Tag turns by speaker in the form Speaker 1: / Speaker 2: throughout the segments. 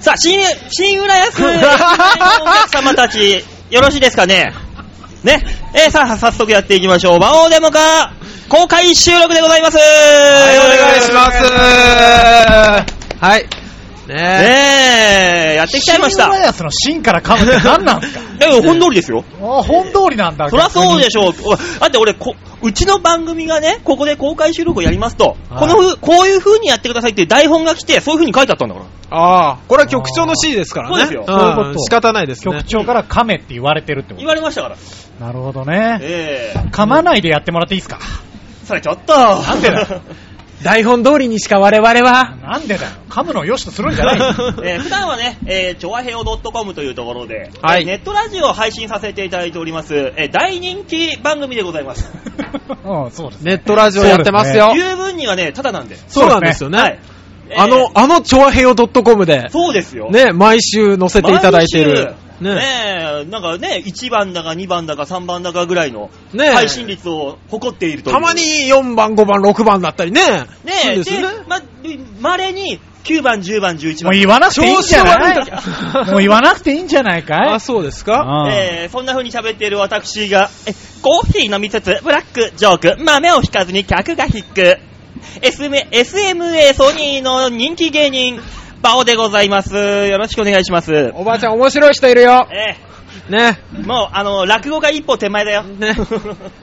Speaker 1: さあ、新、新浦安のお客様たち、よろしいですかねね。えーさあ、早速やっていきましょう。魔王デモカ公開収録でございます
Speaker 2: はい、お
Speaker 1: は
Speaker 2: 願いします。はい。ね
Speaker 1: ねえ、やってきちゃいました。
Speaker 3: シン
Speaker 1: だ
Speaker 3: ライアスの芯から噛むって何な んすか
Speaker 1: けど本通りですよ。
Speaker 3: あ、本通りなんだ。
Speaker 1: そりゃそうでしょう。おだって俺こ、うちの番組がね、ここで公開収録をやりますと、
Speaker 3: はい
Speaker 1: このふ、こういう風にやってくださいっていう台本が来て、そういう風に書いてあったん だから。
Speaker 2: ああ、これは局長の指示ですからね。
Speaker 1: そうですよ
Speaker 2: ん
Speaker 3: そういうこと
Speaker 2: 仕方ないですね
Speaker 3: 局。長から噛めって言われてるってこ
Speaker 1: 言われましたから。
Speaker 3: と。なるほどね。
Speaker 1: ええ
Speaker 3: 噛まないでやってもらっていいですか
Speaker 1: それちょっと。なん
Speaker 3: でだ
Speaker 2: 台本通りにしか我々は。
Speaker 3: なんでだよ。噛むのを良しとするんじ ゃない
Speaker 1: えー普段はね、えー、ちょわへお .com というところで、
Speaker 2: はい
Speaker 1: えーネットラジオを配信させていただいております、えー大人気番組でござい ます。
Speaker 3: うん、そうです。
Speaker 2: ネットラジオやってますよ。
Speaker 1: 十分にはね、ただなんで。
Speaker 2: そうなんですよ
Speaker 1: はい
Speaker 2: ね。。
Speaker 1: えー
Speaker 2: あの、、あの、ちょわへよ .com で、
Speaker 1: そうですよ。
Speaker 2: ね、毎週載せていただいてる。
Speaker 1: 毎週ね
Speaker 2: ね。
Speaker 1: えなんかね、1番だか2番だか3番だかぐらいの
Speaker 2: ねえ
Speaker 1: 配信率を誇っているという。
Speaker 2: たまに4番、5番、6番だったりね。
Speaker 1: ね
Speaker 2: そう
Speaker 1: え、
Speaker 2: ですね。
Speaker 1: でま、稀に9番、10番、11
Speaker 3: も
Speaker 1: 番。
Speaker 3: う言わなくていいんじゃない
Speaker 2: 調子悪いんだ
Speaker 3: もう言わなくていいんじゃないかい
Speaker 2: あ、そうですか
Speaker 3: うん
Speaker 1: えーそんな風に喋っている私が、えコーヒー飲みつつ、ブラック、ジョーク、豆を引かずに客が引く。SM SMA ソニーの人気芸人、バオでございます。よろしくお願いします。え
Speaker 2: おばあちゃん面白い人いるよ。ね。
Speaker 1: ーもう、あの、落語が一歩手前 だよ。
Speaker 2: ね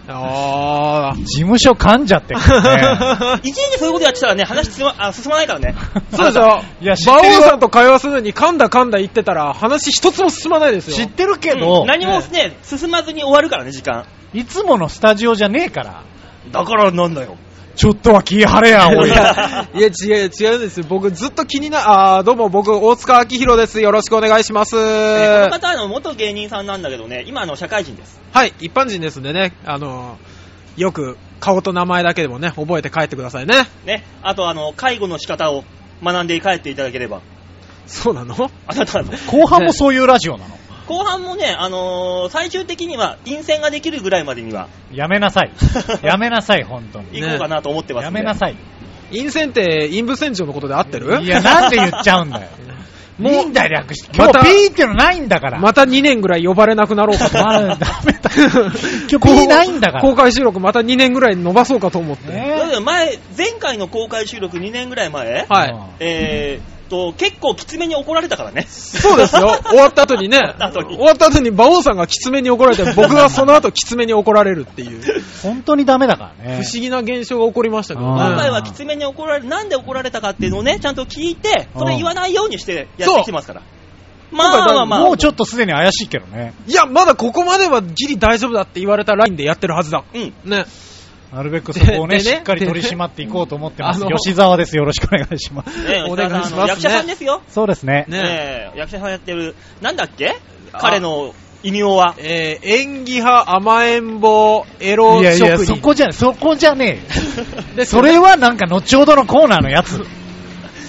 Speaker 2: あー。
Speaker 3: 事務所噛んじゃってるからね。
Speaker 1: 一時そういうことやってたらね、話進まあ進まないからね。
Speaker 2: そうでしょ
Speaker 3: いや知って
Speaker 2: 馬王
Speaker 3: るよ
Speaker 2: さんと会話するのに噛んだ噛んだ言ってたら話一つも進まないですよ。
Speaker 3: 知ってるけ
Speaker 1: う
Speaker 3: ど
Speaker 1: ん、何もね、進まずに終わるからね、時間。
Speaker 3: いつものスタジオじゃねえから。
Speaker 1: だからなんだよ。
Speaker 3: ちょっとは気張れや、お
Speaker 2: い
Speaker 3: い。
Speaker 2: や、いや違う、違うんですよ。僕ずっと気にな、あーどうも僕、大塚明宏です。よろしくお願いします。
Speaker 1: えーこの
Speaker 2: は
Speaker 1: 方はあの元芸人さんなんだけどね、今あの社会人です。
Speaker 2: い、一般人ですんでね、あのー、よく顔と名前だけでもね、覚えて帰ってくださいね。
Speaker 1: ね。あとあの、介護の仕方を学んで帰っていただければ。
Speaker 2: そうなの
Speaker 1: あなたの
Speaker 3: 後半もそういうラジオなの。
Speaker 1: 後半もね、あのー最終的には陰線ができるぐらいまでには
Speaker 3: やめなさい。やめなさい、本当に。
Speaker 1: 行こうかなと思ってます
Speaker 3: や
Speaker 1: んで、
Speaker 3: めなさい。
Speaker 2: 陰線って陰部線上のことで合ってる
Speaker 3: いや、なんで言っちゃうんだよ。
Speaker 2: も
Speaker 3: も
Speaker 2: う
Speaker 3: う、いいんだよ、略して。今
Speaker 2: また
Speaker 3: 日ピーってのないんだから。
Speaker 2: また2年ぐらい呼ばれなくなろうかと。
Speaker 3: まあダメだ今日 P ないんだから
Speaker 2: 公開収録また2年ぐらい伸ばそうかと思って。
Speaker 3: ね
Speaker 1: だけど前、前回の公開収録2年ぐらい前、
Speaker 2: はい。
Speaker 1: えーっと、結構きつめに怒られたからね。
Speaker 2: そうですよ。終わった後にね。
Speaker 1: 終わった
Speaker 2: 終
Speaker 1: 後に
Speaker 2: わった後に馬王さんがきつめに怒られて、僕がその後きつめに怒られるっていう、
Speaker 3: 本当にダメだから
Speaker 2: 不
Speaker 3: ね。
Speaker 2: 思議な現象が起こりましたけど
Speaker 3: あー
Speaker 1: 今回
Speaker 2: ね。
Speaker 1: はきつめに怒られ、なんで怒られたかっていうのをね、ちゃんと聞いて、それ言わないようにしてやってきてますから。まあまあまあ、
Speaker 3: もうちょっとすでに怪しいけどね。
Speaker 2: いや、まだここまではギリ大丈夫だって言われたラインでやってるはずだ。
Speaker 1: うん。
Speaker 2: ね。
Speaker 3: なるべくそこをね、
Speaker 2: でで
Speaker 3: し
Speaker 2: ね
Speaker 3: っかり取り締まっていこうと思ってます。
Speaker 2: あの
Speaker 3: 吉沢です。よろしくお願いします。
Speaker 1: ね、
Speaker 2: お願いします
Speaker 1: 吉田さ
Speaker 2: ね
Speaker 1: んあの役者さんですよ。
Speaker 3: そうですね。
Speaker 2: ね
Speaker 1: ねえ役者さんやってる、なんだっけ彼の異名は。
Speaker 2: えー演技派、甘えん坊、エロ
Speaker 3: いやいや、
Speaker 2: 職
Speaker 3: そ
Speaker 2: 人。
Speaker 3: こじゃ、そこじゃね え
Speaker 2: で
Speaker 3: よ。それはなんか後ほどのコーナーのやつ。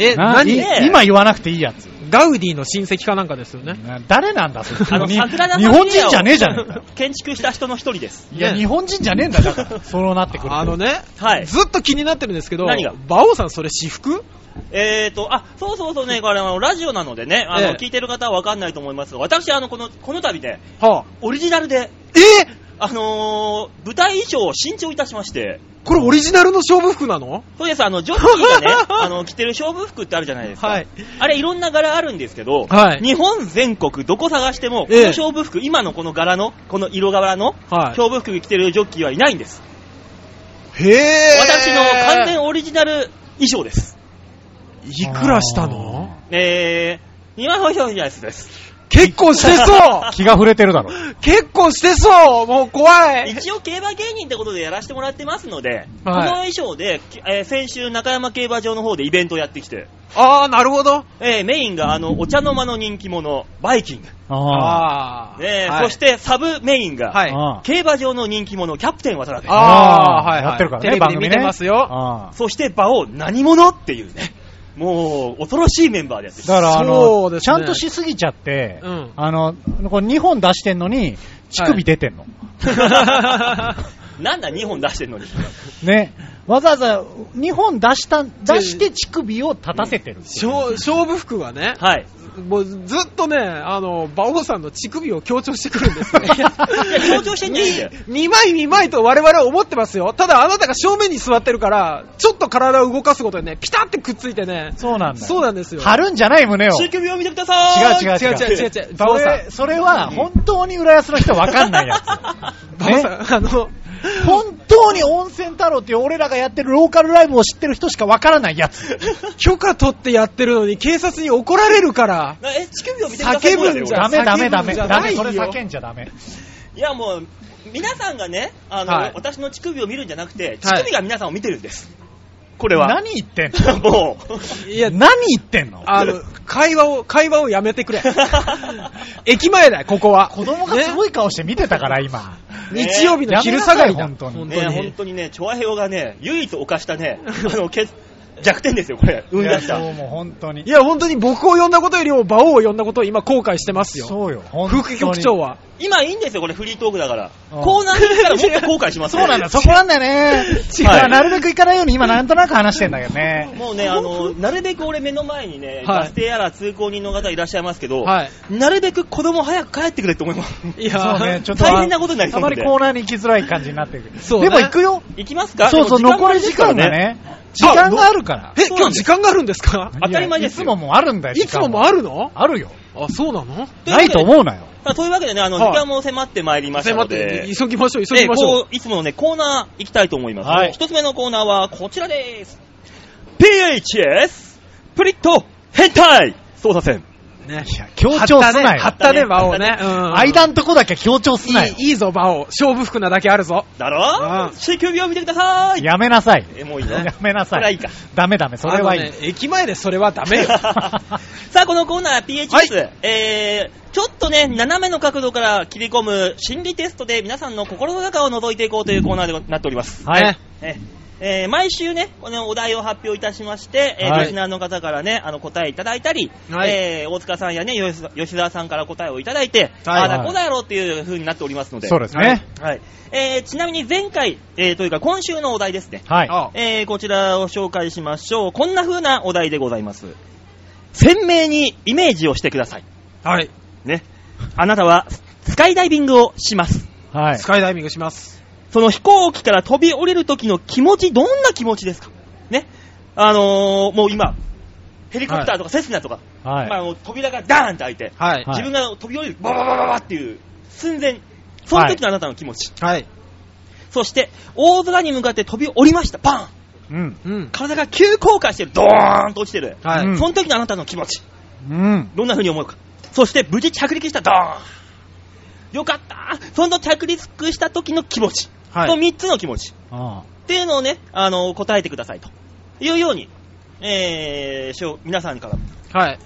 Speaker 2: え、
Speaker 3: な
Speaker 2: 何
Speaker 1: ねえ
Speaker 3: い今言わなくていいやつ。
Speaker 2: ガウディの親戚かなんかですよね。
Speaker 3: な誰なんだ、それ
Speaker 1: あの、
Speaker 3: に
Speaker 1: 桜田
Speaker 3: 日本人じゃねえじゃねえか
Speaker 1: ん。 建築した人の一人です。
Speaker 3: いや、
Speaker 2: ね
Speaker 3: 日本人じゃねえんだ、だから。そうなってくると。
Speaker 2: あのね、
Speaker 1: はい。
Speaker 2: ずっと気になってるんですけど、
Speaker 1: 何が
Speaker 2: 馬王さんそれ私服
Speaker 1: えーと、あ、そうそうそうね、これあの、ラジオなのでね、あの、
Speaker 2: ええ
Speaker 1: 聞いてる方はわかんないと思いますが、私、あの、この、この度ね、
Speaker 2: はあ、
Speaker 1: オリジナルで、
Speaker 2: え
Speaker 1: あのー舞台衣装を新調いたしまして、
Speaker 2: これオリジナルの勝負服なの
Speaker 1: そうです、あの、ジョッキーがね、あの、着てる勝負服ってあるじゃないですか。
Speaker 2: はい
Speaker 1: あれ、いろんな柄あるんですけど、
Speaker 2: はい
Speaker 1: 日本全国どこ探しても、こ
Speaker 2: ええ
Speaker 1: の勝負服、今のこの柄の、この色柄の、
Speaker 2: はい
Speaker 1: 勝負服着てるジョッキーはいないんです。
Speaker 2: へえ。
Speaker 1: 私の完全オリジナル衣装です。
Speaker 2: いくらしたの
Speaker 1: えー、2万ほしほしです。
Speaker 2: 結構してそ
Speaker 3: 気が触れてるだろ。
Speaker 2: う 結構してそうもう怖い
Speaker 1: 一応競馬芸人ってことでやらせてもらってますので、この
Speaker 2: はい。
Speaker 1: 衣装で、きえー先週中山競馬場の方でイベントをやってきて、
Speaker 2: あー、なるほど。
Speaker 1: えーメインがあの、お茶の間の人気者、バイキング。
Speaker 3: ああ。
Speaker 2: あー。
Speaker 1: えー
Speaker 2: はい
Speaker 1: そしてサブメインが、
Speaker 2: はい。
Speaker 3: あ
Speaker 1: 競馬場の人気者、キャプテン渡辺。
Speaker 2: あー、
Speaker 3: あー
Speaker 2: はいはい。
Speaker 3: やってるからね
Speaker 2: テレビで見
Speaker 3: 番組
Speaker 2: て
Speaker 3: ね
Speaker 2: ますよ。
Speaker 3: あ
Speaker 1: そして馬王何者っていうね、もう恐ろしいメンバーでやってき
Speaker 3: だ
Speaker 1: た。
Speaker 3: から、あ
Speaker 2: そう
Speaker 3: の、
Speaker 2: ですね
Speaker 3: ちゃんとしすぎちゃって、
Speaker 2: うん
Speaker 3: あの、これ2本出してんのに、乳首出てんの。
Speaker 1: なんだ2本出してんのに。
Speaker 3: ね。わざわざ2本出した、出して乳首を立たせてる。
Speaker 2: 勝勝負服はね、
Speaker 1: はい。
Speaker 2: もうずっとね、あの、馬王さんの乳首を強調してくるんですね。
Speaker 1: 強調してんじゃないんだよ。
Speaker 2: 2枚2枚と我々は思ってますよ。ただあなたが正面に座ってるから、ちょっと体を動かすことでね、ピタってくっついてね、
Speaker 3: そうなんだよ。
Speaker 2: そうなんですよ。
Speaker 3: 貼るんじゃない胸を。
Speaker 1: 乳首を見てくださーい
Speaker 3: 違う違
Speaker 2: 違
Speaker 3: う
Speaker 2: う違う違う違う。
Speaker 3: そ
Speaker 2: 馬王さん
Speaker 3: れ、、それは本当に浦安の人わか んないやつ。
Speaker 2: 馬王
Speaker 3: ね
Speaker 2: さん、あの、
Speaker 3: 本当に温泉太郎っていう俺らがやってるローカルライブを知ってる人しかわからないやつ。
Speaker 2: 許可取ってやってるのに警察に怒られるから、
Speaker 1: え、乳首を見てください。
Speaker 2: 叫ぶんじゃ
Speaker 3: ダメダメダ
Speaker 2: 叫ぶん
Speaker 3: メ。
Speaker 2: じゃ
Speaker 3: ダ
Speaker 2: な
Speaker 3: メ、
Speaker 2: いよ
Speaker 3: それ叫んじゃダメ。
Speaker 1: いやもう、皆さんがね、あの、
Speaker 2: はい
Speaker 1: 私の乳首を見るんじゃなくて、乳首が皆さんを見てるんです。これは。
Speaker 3: 何言ってん
Speaker 1: も
Speaker 2: いや
Speaker 3: の、何言ってんの
Speaker 2: あの、会話を、会話をやめてく れ。
Speaker 1: う。
Speaker 2: 駅前だよ、ここは。
Speaker 3: 子供がすごい顔して見てたから、今。
Speaker 1: ね
Speaker 2: 日曜日の昼下がりだ。
Speaker 3: やめなさい本当
Speaker 1: ね本当にね、調和平和がね、唯一犯したね、あの、け弱点ですよ、これ。生
Speaker 3: い
Speaker 1: ん
Speaker 3: や
Speaker 1: だした。
Speaker 3: そうもう本当に
Speaker 2: い。や、本当に僕を呼んだことよりも、馬王を呼んだことを今後悔してますよ。
Speaker 3: そうよ、本当に
Speaker 2: 副局長。は。
Speaker 1: 今いいんですよ、これフリートークだから。
Speaker 3: うん
Speaker 1: コーナーに行ったらもっと後悔します
Speaker 3: そうなんだ、そこなんだよね。違う、
Speaker 1: はい
Speaker 3: なるべく行かないように今なんとなく話してんだけどね。
Speaker 1: もうね、あの、なるべく俺目の前にね、
Speaker 2: はい
Speaker 1: バス停やら通行人の方いらっしゃいますけど、
Speaker 2: はい。
Speaker 1: なるべく子供早く帰ってくれって思います。
Speaker 2: いや
Speaker 3: そう
Speaker 2: ー、
Speaker 3: ね、ちょっと。
Speaker 1: 大変なことになりそうな
Speaker 3: あま
Speaker 1: んで
Speaker 3: りコーナーに行きづらい感じになってるけど。
Speaker 2: そうね
Speaker 3: でも行くよ。
Speaker 1: 行きますか
Speaker 3: そうそう、
Speaker 1: でも
Speaker 3: 残り時間
Speaker 1: もあ
Speaker 3: が
Speaker 1: りますから
Speaker 3: ね。時間があるから。
Speaker 2: え、
Speaker 1: そうな
Speaker 2: 今
Speaker 1: んで
Speaker 2: 日
Speaker 1: す
Speaker 2: 時間があるんですか
Speaker 1: 当たり前ですよ
Speaker 3: いやいつももうあるんだよ。
Speaker 2: いつもも
Speaker 3: る
Speaker 2: あるの
Speaker 3: あるよ。
Speaker 2: あ、そうなの
Speaker 3: ないと思うなよ。
Speaker 1: さあというわけでね、あの、時
Speaker 2: はい
Speaker 1: 間も迫ってまいりました
Speaker 2: 迫
Speaker 1: の
Speaker 2: っ
Speaker 1: で
Speaker 2: て、、急ぎましょう、急
Speaker 1: え
Speaker 2: ぎましょう。
Speaker 1: こういつものね、コーナー行きたいと思います。
Speaker 3: はい
Speaker 1: 一つ目のコーナーはこちらです。PHS、プリット、変態操作戦。
Speaker 2: ね。
Speaker 3: いや、強調すなよ
Speaker 2: 張。ったね、馬王ね。うん
Speaker 3: 間んとこだけ強調すなよ
Speaker 2: い。い、いいぞ、馬王。勝負服なだけあるぞ。
Speaker 1: だろ
Speaker 2: うん
Speaker 1: 乳首を見てください
Speaker 3: やめなさい。
Speaker 1: え、もういいの
Speaker 3: やめな
Speaker 1: それは
Speaker 3: さ
Speaker 1: いい
Speaker 3: い
Speaker 1: か。
Speaker 3: ダメダメ、それはい
Speaker 2: あの
Speaker 3: い
Speaker 2: ね。駅前でそれはダメよ。
Speaker 1: さあ、このコーナー PHS、
Speaker 2: はい
Speaker 1: えー、ちょっとね、斜めの角度から切り込む心理テストで皆さんの心の中を覗いていこうというコーナーでなっております。
Speaker 3: はい
Speaker 2: ね。
Speaker 1: ねえー毎週ね、このお題を発表いたしまして、えー
Speaker 3: はい
Speaker 1: リスナーの方からね、あの答えいただいたり、
Speaker 2: はい
Speaker 1: えー大塚さんやね、吉沢吉沢さんから答えをいただいて、
Speaker 2: はい
Speaker 1: ああだこうだやろうっていう風になっておりますので、
Speaker 3: そうですね。
Speaker 1: はいえーちなみに前回、えーというか今週のお題ですね、
Speaker 3: はい。
Speaker 2: あ
Speaker 1: えーこちらを紹介しましょう。こんな風なお題でございます。鮮明にイメージをしてください。
Speaker 2: はい。
Speaker 1: ね。あなたはスカイダイビングをします。
Speaker 3: はい
Speaker 2: ス。カイダイビングします。
Speaker 1: その飛行機から飛び降りる時の気持ち、どんな気持ちですかね。あのー、もう今、ヘリコプターとかセスナとか、まあ
Speaker 3: は
Speaker 1: あの扉がダーンって開いて、
Speaker 2: はい。
Speaker 3: はい
Speaker 1: 自分が飛び降りる、バババババっていう、寸前、その時のあなたの気持ち。
Speaker 2: はい。
Speaker 1: そして、大空に向かって飛び降りました、バーン
Speaker 3: い。うん。
Speaker 2: うん。
Speaker 1: 体が急降下してる、ドーンと落ちてる。
Speaker 2: はい。
Speaker 3: うん
Speaker 1: その時のあなたの気持ち、
Speaker 3: うん。
Speaker 1: どんな風に思うか。そして、無事着陸した、ドーンよかったその着陸した時の気持ち。
Speaker 2: はい
Speaker 1: この3つの気持ち。
Speaker 3: あ
Speaker 1: っていうのをね、あの、答えてくださいというように、えー、しょ皆さんから
Speaker 2: はい。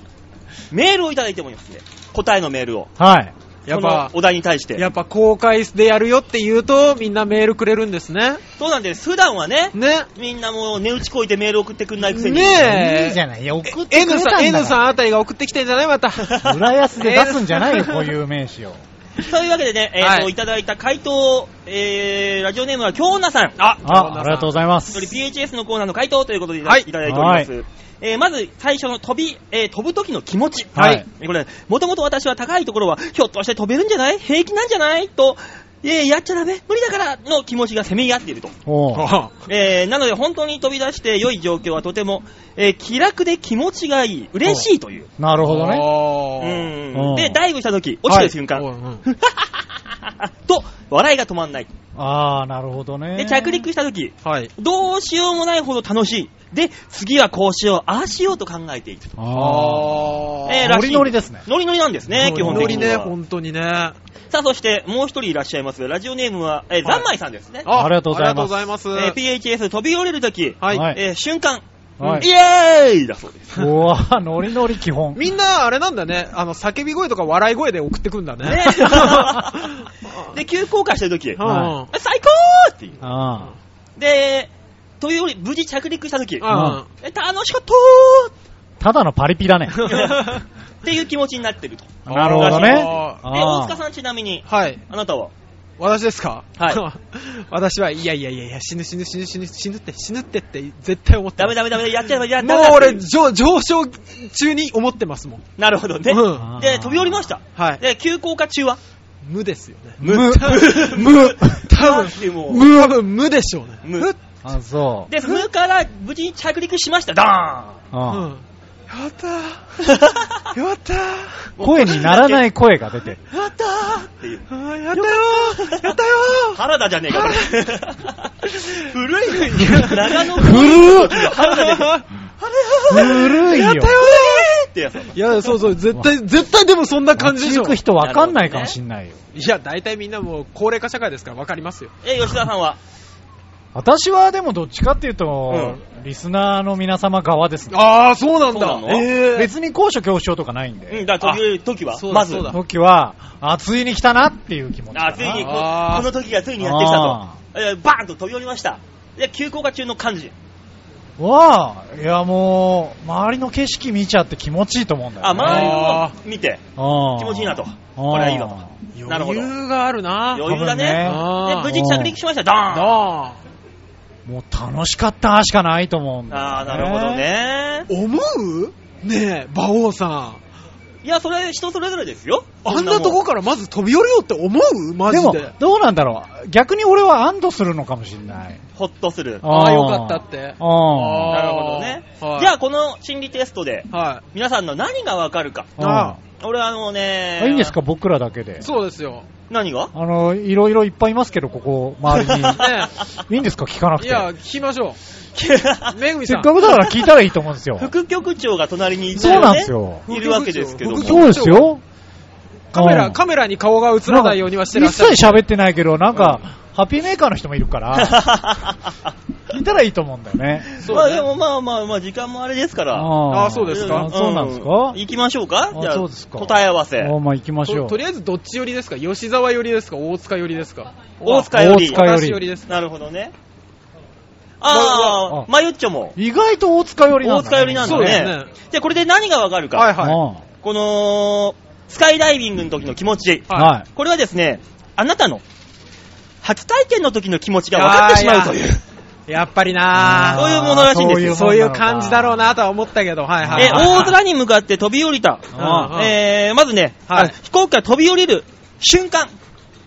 Speaker 1: メールをいただいておりますね。答えのメールを。
Speaker 3: あはい。
Speaker 2: やっぱ
Speaker 1: そのお題に対して。
Speaker 2: やっぱ公開でやるよって言うと、みんなメールくれるんですね。
Speaker 1: そうなんです。普段はね、
Speaker 2: ね。
Speaker 1: みんなもう値打ちこいてメール送ってくんないくせに。
Speaker 2: ねえ。
Speaker 3: いいじゃない。いや、送ってくれ
Speaker 2: N さ
Speaker 3: た
Speaker 2: ん、
Speaker 3: ん
Speaker 2: N
Speaker 3: だ
Speaker 2: さ
Speaker 3: か
Speaker 2: んあたりが送ってきてんじゃないまた。
Speaker 3: ら。裏安で出すんじゃない よ、こういう名詞を。
Speaker 1: というわけでね、えーと
Speaker 2: はい
Speaker 1: い、ただいた回答を、えー、ラジオネームは京奈さん。あ
Speaker 3: あ、ありがとうございま
Speaker 1: 一
Speaker 3: す。
Speaker 1: 人 PHS のコーナーの回答ということでいた,、
Speaker 2: はい
Speaker 1: いただいております。えーまず最初の飛び、えー飛ぶ時の気持ち。
Speaker 3: はい
Speaker 1: えーこれ、もともと私は高いところは、ひょっとして飛べるんじゃない平気なんじゃないと、えーやっちゃダメ無理だからの気持ちがせめぎ合っていると。
Speaker 3: おう
Speaker 1: えーなので本当に飛び出して良い状況はとても、えー気楽で気持ちがいい、嬉しいという。
Speaker 3: なるほどね。
Speaker 1: う
Speaker 2: ね。
Speaker 1: ん
Speaker 3: お
Speaker 1: で、ダイブした時、落ちてる瞬間、
Speaker 2: おううん
Speaker 1: と、笑いが止まんない。
Speaker 3: ああ、なるほどね。
Speaker 1: で、着陸した時、
Speaker 2: はい。
Speaker 1: どうしようもないほど楽しい。で、次はこうしよう、ああしようと考えていく。
Speaker 3: あ
Speaker 1: えー
Speaker 3: あ。
Speaker 1: ら
Speaker 3: ノ
Speaker 1: しい
Speaker 3: リノリですね。
Speaker 1: ノリノリなんですね、基本的
Speaker 2: ノリ
Speaker 1: に
Speaker 2: ね、
Speaker 1: は。
Speaker 2: 本当にね。あ
Speaker 1: さあ、そしてもう一人いらっしゃいます。ラジオネームは、えー、ざんまいさんですね。
Speaker 3: ありがとうござ
Speaker 2: あ
Speaker 3: います
Speaker 2: りがとうござ
Speaker 1: え
Speaker 2: い
Speaker 1: ー
Speaker 2: ます。
Speaker 1: PHS 飛び降りるとき、
Speaker 2: はい
Speaker 3: はい
Speaker 1: えー瞬間、
Speaker 3: はい
Speaker 1: イエーイだそう です。
Speaker 3: うわノリノリ基本。
Speaker 2: みんな、あれなんだね。あの、叫び声とか笑い声で送ってくんだね。
Speaker 1: ね で、急降下してるとき、
Speaker 2: う
Speaker 1: 最
Speaker 2: ん
Speaker 3: は
Speaker 1: 高っていう。
Speaker 3: あ
Speaker 1: で、飛び降り、無事着陸したとき、え
Speaker 2: う
Speaker 1: 楽
Speaker 2: ん。
Speaker 1: しかった
Speaker 3: あ。ただのパリピ だね。
Speaker 1: ーってっていう気持ちになってると。で、
Speaker 3: なるほどね。
Speaker 2: あ
Speaker 3: あ
Speaker 1: 大
Speaker 3: あ
Speaker 1: 塚さんちなみに、
Speaker 2: はい。
Speaker 1: あなたは
Speaker 2: 私ですか
Speaker 1: はい
Speaker 2: 私は、いやいやいやいや、死ぬ死ぬ死ぬ死ぬ死ぬって死ぬってって絶対思って
Speaker 1: ダ
Speaker 2: ま
Speaker 1: メ
Speaker 2: す。
Speaker 1: ダメダメ、やっちゃえばやっちゃ
Speaker 2: も
Speaker 1: えば
Speaker 2: う俺、上上昇中に思ってますもん。
Speaker 1: なるほどね。
Speaker 2: うん
Speaker 1: で、飛び降りました。
Speaker 2: はい。
Speaker 1: で、急降下中は
Speaker 2: 無ですよね。
Speaker 1: 無
Speaker 2: 無。 無。多分、
Speaker 1: でも
Speaker 2: 無多分無でしょうね。
Speaker 1: 無
Speaker 2: うん。
Speaker 3: あ、そ
Speaker 1: で、無から無事に着陸しました。ダ
Speaker 3: う。うん
Speaker 2: やったー。
Speaker 1: ー
Speaker 2: やったー。
Speaker 1: ン。
Speaker 3: 声にならないい声が 出てる。
Speaker 1: やったーっていう。
Speaker 2: あーやったよー。やったよー。
Speaker 1: 原田じゃねえか。 古いのに、長野
Speaker 3: 古っ
Speaker 1: 原田じゃねえか。
Speaker 3: 古い
Speaker 2: やった
Speaker 3: よ
Speaker 2: よ。
Speaker 1: ってやつだ
Speaker 2: ー。いや、そうそう、絶対、絶対でもそんな感じでし
Speaker 3: 街
Speaker 2: ょ
Speaker 3: 行。く人わかんないかもしんないよ。
Speaker 2: いや、大体みんなもう高齢化社会ですから分かりますよ。
Speaker 1: え、吉田さんは
Speaker 3: 私はでもどっちかっていうと、リスナーの皆様側ですね。
Speaker 2: ああ、そうなんだ。
Speaker 1: そうなの
Speaker 2: えー
Speaker 3: 別に高所恐怖症とかないんで。
Speaker 1: うん、だから飛び降りる時は
Speaker 2: あそうだ
Speaker 1: まず
Speaker 2: そう。だ
Speaker 3: 時は、あ、ついに来たなっていう気持ちかな。
Speaker 1: あ、ついにこ、
Speaker 2: あー
Speaker 1: この時がついにやってきたと
Speaker 3: あ。
Speaker 1: えバーンと飛び降りました。で、急降下中の感じ。
Speaker 3: わあ、いやもう、周りの景色見ちゃって気持ちいいと思うんだ
Speaker 1: あ、
Speaker 3: よ、ね。
Speaker 1: 周りを見て、
Speaker 3: あ
Speaker 1: 気持ちいいなと。
Speaker 3: あ
Speaker 1: これはいいわと。なるほど。
Speaker 2: 余裕があるな。
Speaker 1: 余裕だね。
Speaker 3: 多
Speaker 2: 分ね
Speaker 1: で、無事着陸しました。ドーン
Speaker 2: なあ。
Speaker 3: もう楽しかったしかないと思うんだよ、
Speaker 1: ああ、なるほど。ね。
Speaker 2: 思うねえ、馬王さん。
Speaker 1: いや、それ人それぞれですよ。
Speaker 2: あんなとこ
Speaker 1: か。
Speaker 2: からまず飛び降りようって思うマ
Speaker 3: で
Speaker 2: ジ
Speaker 3: も
Speaker 2: で。、
Speaker 3: どうなんだろう。逆に俺は安堵するのかもしれ ない。
Speaker 1: ほっとする。
Speaker 2: ああ、
Speaker 3: ー
Speaker 2: よかったって。
Speaker 3: うん。は
Speaker 1: なるほどね。
Speaker 2: はい
Speaker 1: じゃあ、この心理テストで、
Speaker 2: は
Speaker 1: 皆さんの何がわかるか。
Speaker 3: い
Speaker 2: あ
Speaker 1: 俺、あのね
Speaker 3: あ。いいんですか僕らだけで
Speaker 2: い。。そうですよ。
Speaker 1: 何 が
Speaker 3: あの、いろいろいっぱいいますけど、ここ、周 りに。
Speaker 2: ね
Speaker 3: いいんですか聞かな
Speaker 2: え。
Speaker 3: くて。
Speaker 2: いや、聞きましょう。めぐみ
Speaker 3: せ
Speaker 2: さ
Speaker 3: っ
Speaker 2: ん。
Speaker 3: かくだから聞いたらいいと思うんですよ。
Speaker 1: 副局長が隣にいた
Speaker 3: そう
Speaker 1: よ、ね、
Speaker 3: なんですよ。
Speaker 1: いるわけですけども
Speaker 2: 副局長
Speaker 3: そうですよ。
Speaker 2: カメ
Speaker 3: う
Speaker 2: ラ、
Speaker 3: ん
Speaker 2: カメラに顔が映らないようにはしてらっしゃる。
Speaker 3: 一切喋ってないけど、なんか、ハッピーメーカーの人もいる から、聞いたらいいと思うんだよね。
Speaker 2: そう
Speaker 1: ま
Speaker 2: ね
Speaker 1: あ、でもまあまあまあ、時間もあれですから。
Speaker 2: あーそうですか
Speaker 1: ん
Speaker 3: そうなんですか
Speaker 1: 行きましょうか
Speaker 3: あ
Speaker 1: じゃあ、
Speaker 3: そうですか
Speaker 1: 答え合わせ。
Speaker 3: おまあ行きましょ
Speaker 2: と
Speaker 3: う
Speaker 2: と。りあえずどっち寄りですか吉沢寄りですか大塚寄りですか
Speaker 1: 大塚より。
Speaker 3: 大塚より
Speaker 2: 私寄りです。
Speaker 1: なるほどね。ああ、
Speaker 3: あ
Speaker 1: マユッチョも。
Speaker 3: 意外と大塚寄りなんだ、
Speaker 1: 大塚寄りなんだ
Speaker 2: そうです
Speaker 1: ね
Speaker 2: ね。
Speaker 1: で、これで何がわかるか。
Speaker 2: はいはい。
Speaker 1: この、スカイダイビングの時の気持ち。
Speaker 3: うんはい。
Speaker 1: これはですね、あなたの、初体験の時の気持ちが分かってしまうという。
Speaker 2: やっぱりな
Speaker 1: そういうものらしいんですよ
Speaker 2: ぁそういう感じだろうなとは思ったけど、はいはい。
Speaker 1: え、大空に向かって飛び降りた。
Speaker 2: うんうん
Speaker 1: えー、まずね、
Speaker 2: は
Speaker 1: あ
Speaker 2: い
Speaker 1: の飛行機から飛び降りる瞬間。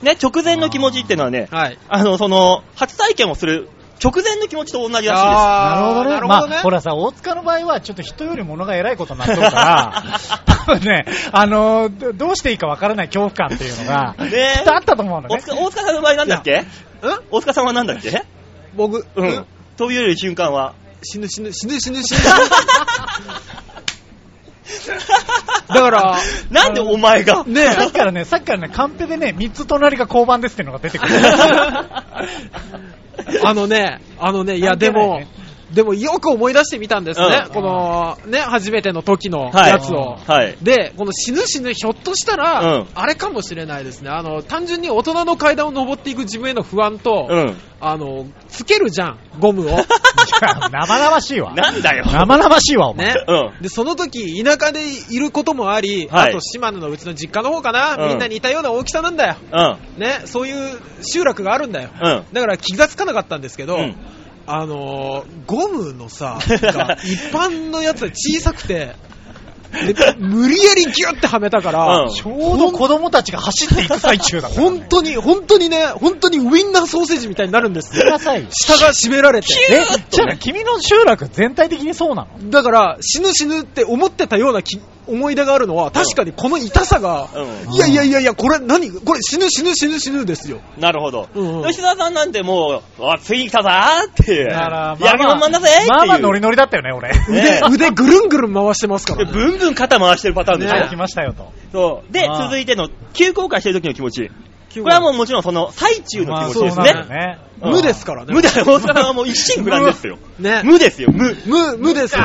Speaker 1: ね、直前の気持ちっていうのはね、
Speaker 2: はい。
Speaker 1: あの、その、初体験をする直前の気持ちと同じらしいです。
Speaker 2: あー
Speaker 3: なるほどね。まあ、ほらさ、大塚の場合は、ちょっと人より物が偉いことになっとる から、多分ね、あのーどどうしていいかわからない恐怖感っていうのが、
Speaker 1: ね
Speaker 3: きっとあったと思うの
Speaker 1: 大
Speaker 3: ね。
Speaker 1: 塚大塚さんの場合なんだっけ
Speaker 2: うん
Speaker 1: 大塚さんはなんだっけ
Speaker 2: 僕、
Speaker 1: う
Speaker 2: うんん。。
Speaker 1: 飛び降りる瞬間は。
Speaker 2: 死ぬ死ぬ死ぬ死 ぬ死ぬ。だから、
Speaker 1: なんでお前が。
Speaker 2: ね
Speaker 3: さっきからね、さっきからね、カンペでね、3つ隣が交番ですっていうのが出 てくる。
Speaker 2: あのね、あのね、いや
Speaker 3: 関係
Speaker 2: で
Speaker 3: ない
Speaker 2: も
Speaker 3: ね、
Speaker 2: でもよく思い出してみたんですね
Speaker 1: う。ん
Speaker 2: この、ね、初めての時の
Speaker 1: はい
Speaker 2: やつを。
Speaker 1: はい。
Speaker 2: で、この死ぬ死ぬ、ひょっとした
Speaker 1: う
Speaker 2: ら
Speaker 1: ん、
Speaker 2: あれかもしれないですね。あの、単純に大人の階段を登っていく自分への不安と、
Speaker 1: うん。
Speaker 2: あの、つけるじゃん、ゴム を。
Speaker 3: いや生々しいわ。
Speaker 1: なんだよ。
Speaker 3: 生々しいわ、お前。
Speaker 2: ね。
Speaker 1: う
Speaker 2: で、その時、田舎でいることもあり、
Speaker 1: はい
Speaker 2: あと島根のうちの実家の方かな、
Speaker 1: うん
Speaker 2: みんな似たような大きさなんだよ。
Speaker 1: うん。
Speaker 2: ね、そういう集落があるんだよ。
Speaker 1: うん。
Speaker 2: だから気がつかなかったんですけど、
Speaker 1: うん
Speaker 2: あのーゴムの さ、が一般のやつは小さくて、で無理やりギュッてはめたから、
Speaker 1: うん
Speaker 3: ちょうど子供たちが走っていく最中だから、
Speaker 2: 本当に、本当にね、本当にウィンナーソーセージみたいになるんです
Speaker 3: やめ
Speaker 2: よ
Speaker 3: な。さいよ。
Speaker 2: 下が締められて。
Speaker 3: え、じゃあ君の集落全体的にそうなの
Speaker 2: だから、死ぬ死ぬって思ってたようなき思い出があるのは、確かにこの痛さが、
Speaker 1: う
Speaker 2: いやいやいやいや、これ何これ死ぬ死ぬ死ぬ死ぬですよ。
Speaker 1: ん。なるほど。
Speaker 2: うんうん
Speaker 1: 吉沢さんなんてもう、あ、ついに来たぞーっていう。
Speaker 3: だから、
Speaker 1: やるまんまんだぜーっていう。
Speaker 3: まあまあノリノリだったよね、俺。
Speaker 1: ね
Speaker 2: 腕、腕ぐるんぐるん回してますか
Speaker 1: で、
Speaker 2: らね、
Speaker 1: ぶんぶん肩回してるパターンでしょ、
Speaker 2: ね
Speaker 3: 来ましたよと。
Speaker 1: そう。で、
Speaker 3: ああ
Speaker 1: 続いての、急降下してる時の気持ち。
Speaker 2: 急降下
Speaker 1: これはもうもちろんその、最中の気持ちです
Speaker 3: まあそうなんだ
Speaker 1: ね。
Speaker 3: よね。うん
Speaker 2: 無ですからね。
Speaker 1: 無だよ、大塚さんはもう一心不乱ですよ。
Speaker 2: ね。
Speaker 1: 無ですよ、無。
Speaker 2: 無、無ですよ。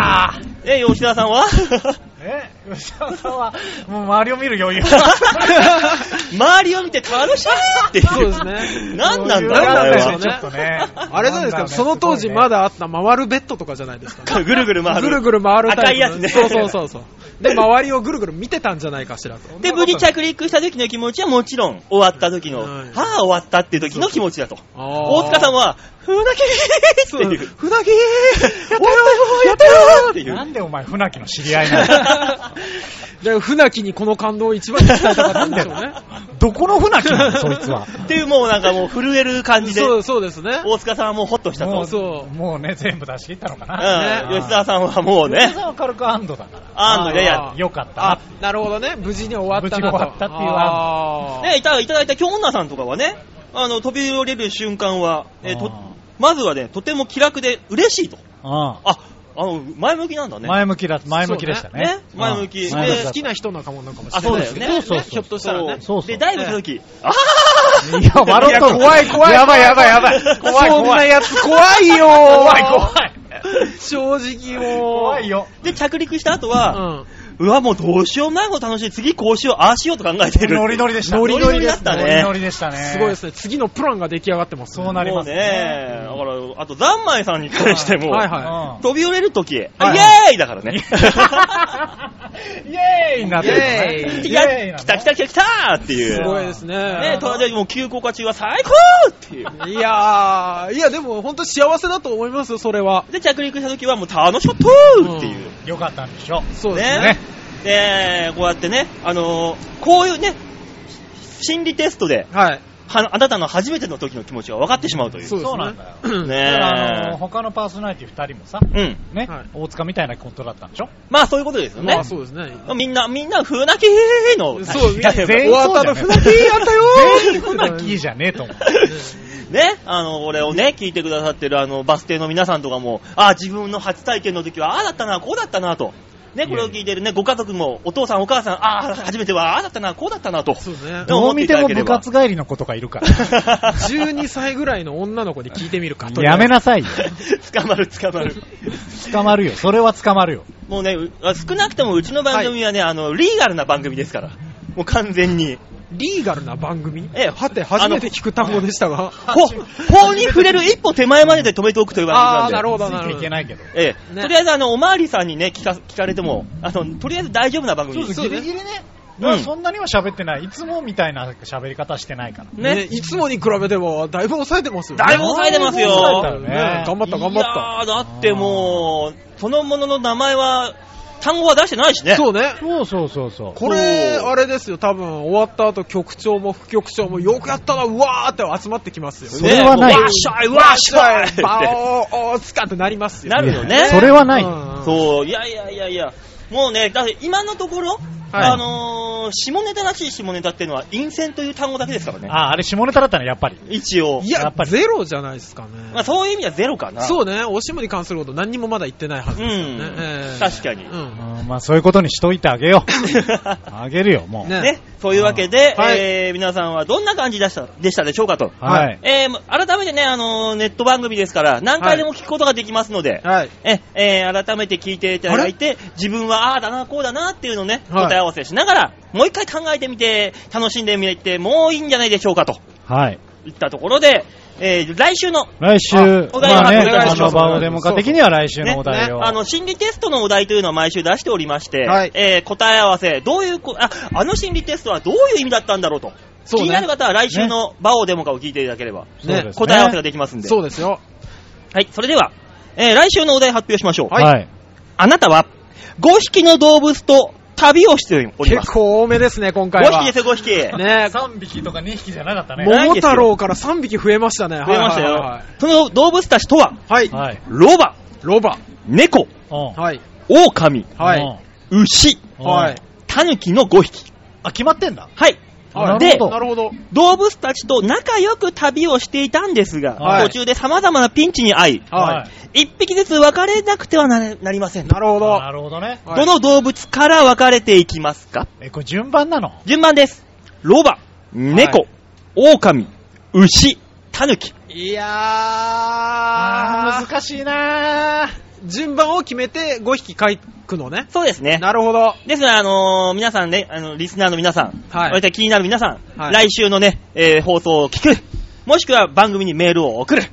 Speaker 1: え、吉沢さん は
Speaker 3: ね、吉田さんは、もう周りを見る余裕。
Speaker 1: 周りを見て楽しいっていう。
Speaker 2: そうですね
Speaker 1: 何なんだろう
Speaker 2: 何
Speaker 1: あ
Speaker 2: なん
Speaker 1: れ
Speaker 2: でし
Speaker 1: は
Speaker 2: ょうね
Speaker 3: ちょっとね。
Speaker 2: あれじゃないですか、その当時まだあった回るベッドとかじゃないですか、ね。
Speaker 1: ぐるぐる回る。
Speaker 2: ぐるぐる回るタイプの
Speaker 1: 赤いやつね
Speaker 2: そうそうそうそう。で、周りをぐるぐる見てたんじゃないかしらと。
Speaker 1: で、無事着陸した時の気持ちはもちろん、終わった時の、
Speaker 2: はい
Speaker 1: はぁ、終わったっていう時の気持ちだと。大
Speaker 2: 大
Speaker 1: 塚さん
Speaker 2: は、
Speaker 1: は、ふなき
Speaker 2: そう
Speaker 1: ーっていう。
Speaker 2: ふなぎーやったよーや
Speaker 1: や
Speaker 2: っ
Speaker 1: ったた
Speaker 2: よ
Speaker 1: よーってい
Speaker 3: な
Speaker 1: う。
Speaker 3: んでお前、船木の知り合いな の
Speaker 2: ーじゃあ、ふなきにこの感動を一番に伝えたかったんでしょうね。
Speaker 3: どこの船木なのそいつは。
Speaker 1: っていう、もうなんかもう震える感じで、
Speaker 2: そう、そうですね。
Speaker 1: 大塚さんはもうホッとしたと。
Speaker 3: も
Speaker 1: う
Speaker 3: う、
Speaker 1: ん。
Speaker 2: そう
Speaker 3: もうね、全部出し切ったのかな。
Speaker 2: ね
Speaker 1: 吉沢さんはもう
Speaker 3: 吉
Speaker 1: ね、
Speaker 3: 沢は軽く安堵だから。
Speaker 1: あの、いやい
Speaker 2: あ
Speaker 1: や、
Speaker 3: よかったな
Speaker 2: あ、なるほどね。無事に終わったなと。
Speaker 3: 無事に終わったっていう
Speaker 2: あー
Speaker 1: ね、いたいただいた京女さんとかはね、あの、飛び降りる瞬間は、えーと
Speaker 3: あー
Speaker 1: まずはね、とても気楽で嬉しいと。
Speaker 3: う
Speaker 1: あ、あの、前向きなんだ
Speaker 3: ん
Speaker 1: ね。
Speaker 3: 前向きだ、前向きでしたね。
Speaker 1: そうねね前向き
Speaker 3: うん
Speaker 1: で
Speaker 2: 好きな人なかものかもしれ
Speaker 1: あ、
Speaker 2: ない。
Speaker 1: そうだよね。
Speaker 3: そうそうそう
Speaker 1: ねひょっとしたらね。
Speaker 3: そうそう
Speaker 1: で、ダイブした時、あ
Speaker 3: いや、笑った。怖い、怖い。やばい、やばい、やばい。怖い、
Speaker 2: そんな
Speaker 3: 怖い。
Speaker 2: やつ怖いよ
Speaker 3: 怖い、怖い。
Speaker 2: 正直もう。
Speaker 3: 怖いよ。
Speaker 1: で、着陸した後
Speaker 2: う
Speaker 1: は、
Speaker 2: ん。
Speaker 1: うわ、もうどうしよう、前も楽しい。次こうしよう、ああしようと考えてる。
Speaker 3: ノリノリでした。
Speaker 1: ノリノリだったね
Speaker 3: ノリノリでしたね。
Speaker 2: すごいですね。次のプランが出来上がってますね。
Speaker 3: そうなり
Speaker 1: もう
Speaker 3: ますね
Speaker 1: ね。だから、あと、ザンマイさんに関しても、
Speaker 2: はい
Speaker 3: うん
Speaker 2: は
Speaker 1: 飛び降りる時、イエ
Speaker 3: はい
Speaker 1: ーイだから ね。
Speaker 3: イエーイになってるのね
Speaker 2: イエー
Speaker 1: い
Speaker 2: イ
Speaker 3: イエーイ
Speaker 1: や、
Speaker 3: なの
Speaker 1: 来た来た来た来たーっていう。
Speaker 2: す
Speaker 3: す
Speaker 2: ごいですね。
Speaker 1: ね、
Speaker 2: ね
Speaker 1: ただもう急降下中は最高っていう。
Speaker 2: いやー、いやでも本当幸せだと思いますよ、それは。
Speaker 1: で、着陸した時はもう楽しかったーっていう。
Speaker 3: よかったんでしょ。
Speaker 2: そうですね。
Speaker 1: ね。で、こうやってね、あのーこういうね、心理テストで、
Speaker 2: はい。
Speaker 1: はあなたの初めての時の気持ちが分かってしまうという。
Speaker 2: そうですね
Speaker 3: そうなんだよ。
Speaker 1: ね
Speaker 3: だからあの
Speaker 1: え。
Speaker 3: 他のパーソナリティ2人もさ、
Speaker 1: うん。
Speaker 3: ね
Speaker 2: はい、
Speaker 3: 大塚みたいなことだったんでしょ
Speaker 1: まあそういうことですよね。
Speaker 2: まあそうですね。
Speaker 1: みんな、みんな、ふなきーの。
Speaker 2: そう、
Speaker 3: いや全
Speaker 2: 終
Speaker 3: 員
Speaker 2: わっ
Speaker 3: そう
Speaker 2: た
Speaker 3: だよ
Speaker 2: の
Speaker 3: ね
Speaker 2: 船木やったよー
Speaker 3: 全員船木じゃねえと思う。
Speaker 1: ね、あの、これをね、聞いてくださってるあの、バス停の皆さんとかも、ああ、自分の初体験の時は、ああだったな、こうだったな、と。ね、これを聞いてるね、ご家族も、お父さん、お母さん、ああ、初めては、ああだったな、こうだったな、と。
Speaker 2: そうですね。
Speaker 3: どう見ても部活帰りの子とかいるから。
Speaker 2: 12歳ぐらいの女の子に聞いてみるか。
Speaker 3: やめなさいよ。
Speaker 1: 捕まる、捕まる。
Speaker 3: 捕まるよ。それは捕まるよ。
Speaker 1: もうね、う少なくともうちの番組はね、あの、リーガルな番組ですから。もう完全に。
Speaker 2: リーガルな番組
Speaker 1: ええ
Speaker 2: はて、初めて聞く単語でしたが。
Speaker 1: 法法に触れる一歩手前までで止めておくという番組なん
Speaker 2: あ
Speaker 1: で。
Speaker 2: あ、なるほ
Speaker 3: つ
Speaker 2: ど、ないる
Speaker 3: て
Speaker 2: ほ
Speaker 3: い
Speaker 2: ど
Speaker 3: け。ないけど。
Speaker 1: ええ、
Speaker 2: ね
Speaker 1: とりあえずあの、おまわりさんにね、聞か、聞かれても、あの、とりあえず大丈夫な番
Speaker 3: そ
Speaker 1: 組
Speaker 3: う
Speaker 1: で。
Speaker 3: ですす、ギリギリね。
Speaker 1: うん
Speaker 3: そんなには喋ってない。いつもみたいな喋り方してないから。
Speaker 2: ね、いつもに比べても、だいぶ抑えてますよね。
Speaker 1: だいぶ抑えてますよ
Speaker 3: だいぶ抑えたよね
Speaker 2: ね頑張った、頑張った。
Speaker 1: いやーだってもう、そのものの名前は、単語は出してないしね。
Speaker 2: そうね。
Speaker 3: そうそうそうそう。
Speaker 2: これ、あれですよ、多分、終わった後、局長も副局長も、よくやったな、うわーって集まってきますよ。
Speaker 3: それはな
Speaker 1: ね
Speaker 3: い
Speaker 1: もうわっしゃい、わっしゃいって
Speaker 2: バオー、つかってなりますよ。
Speaker 1: なるよね。
Speaker 3: それはない。
Speaker 2: うん
Speaker 1: そう、いやいやいやいや、もうね、だって今のところ、あのー、下ネタらしい下ネタっていうのは、陰線という単語だけですからね。
Speaker 3: あ、あれ下ネタだったね、やっぱり。
Speaker 1: 一応
Speaker 2: い。
Speaker 3: や
Speaker 2: や
Speaker 3: っぱ、り
Speaker 2: ゼロじゃないですか
Speaker 1: まあ、
Speaker 2: ね。
Speaker 1: そういう意味ではゼロかな。う。
Speaker 2: そうね、おしむに関すること、何にもまだ言ってないはず
Speaker 1: う
Speaker 2: ですよね。
Speaker 1: ん
Speaker 2: え。え
Speaker 1: 確かに。
Speaker 2: うん
Speaker 3: うんまあそういうことにしといてあげよ う。あげるよ、もう。
Speaker 2: ね
Speaker 1: ね、そういうわけで、
Speaker 2: はい
Speaker 1: えー皆さんはどんな感じでしたでしたでしょうかと。
Speaker 3: は。
Speaker 2: はい
Speaker 1: えー改めてね、あのーネット番組ですから、何回でも聞くことができますので、
Speaker 2: はい。
Speaker 1: ええー改めて聞いていただいて、自分はああだな、こうだなっていうのをね、
Speaker 2: はい
Speaker 1: 答え合わせしながら、もう一回考えてみて、楽しんでみてもいいんじゃないでしょうかと
Speaker 3: はい。
Speaker 1: いったところで、えー来週の、
Speaker 3: 来週、
Speaker 1: あお題
Speaker 3: まあね、
Speaker 1: お願い
Speaker 3: あ
Speaker 1: しま
Speaker 3: の
Speaker 1: す
Speaker 3: バオデモカ的には来週のお題を。
Speaker 1: あの、心理テストのお題というのを毎週出しておりまして、
Speaker 2: はい
Speaker 1: えー答え合わせ、どういうこ、あ、あの心理テストはどういう意味だったんだろうと。
Speaker 2: そうね
Speaker 1: 気になる方は来週のバオデモカを聞いていただければ、
Speaker 3: そうですね
Speaker 1: 答え合わせができますんで。
Speaker 2: そうですよ。
Speaker 1: はい、それでは、えー来週のお題発表しましょう。
Speaker 2: はい
Speaker 3: はい。
Speaker 1: あなたは、5匹の動物と旅をしておりま
Speaker 2: 結
Speaker 1: す。
Speaker 2: 構多めですね、今回
Speaker 1: 5匹で
Speaker 2: は。
Speaker 1: すよ、5匹。増
Speaker 2: ね
Speaker 3: 3匹とか2匹じゃなかった
Speaker 1: もう
Speaker 3: ね。
Speaker 2: 桃太郎から3匹増えましたね。
Speaker 1: えましたよ、
Speaker 2: は
Speaker 1: その動物たちとは、
Speaker 2: いはいはい。はい。
Speaker 3: はい。
Speaker 1: ロバ、
Speaker 2: ロバ。
Speaker 1: 猫、
Speaker 3: うん
Speaker 2: はい。
Speaker 1: 狼、
Speaker 2: は
Speaker 3: う
Speaker 2: い。
Speaker 3: ん
Speaker 1: 牛、
Speaker 2: はい。
Speaker 1: タヌキの5匹。
Speaker 3: あ、決まってんだ。
Speaker 1: はい。
Speaker 3: あ
Speaker 1: で
Speaker 3: なるほど
Speaker 2: なるほど。
Speaker 1: 動物たちと仲良く旅をしていたんですが、
Speaker 3: はい
Speaker 1: 途中で様々なピンチに遭い、
Speaker 2: は
Speaker 1: 一匹ずつ別れなくてはなれなりません。
Speaker 2: い。な
Speaker 1: ど
Speaker 2: るほど。
Speaker 3: なるほどね。
Speaker 2: はい
Speaker 1: の動物から別れていきますか
Speaker 3: え、これ順番なの
Speaker 1: 順番です。ロバ、猫、狼、牛、タヌキ。
Speaker 2: いやー
Speaker 3: あー、難しいなー。
Speaker 2: 順番を決めて5匹書くのね。
Speaker 1: そうですね。
Speaker 2: なるほど。
Speaker 1: ですから、あのー皆さんね、あの、リスナーの皆さん、
Speaker 2: はい
Speaker 1: 割と気になる皆さん、
Speaker 2: はい
Speaker 1: 来週のね、えー放送を聞く、もしくは番組にメールを送る、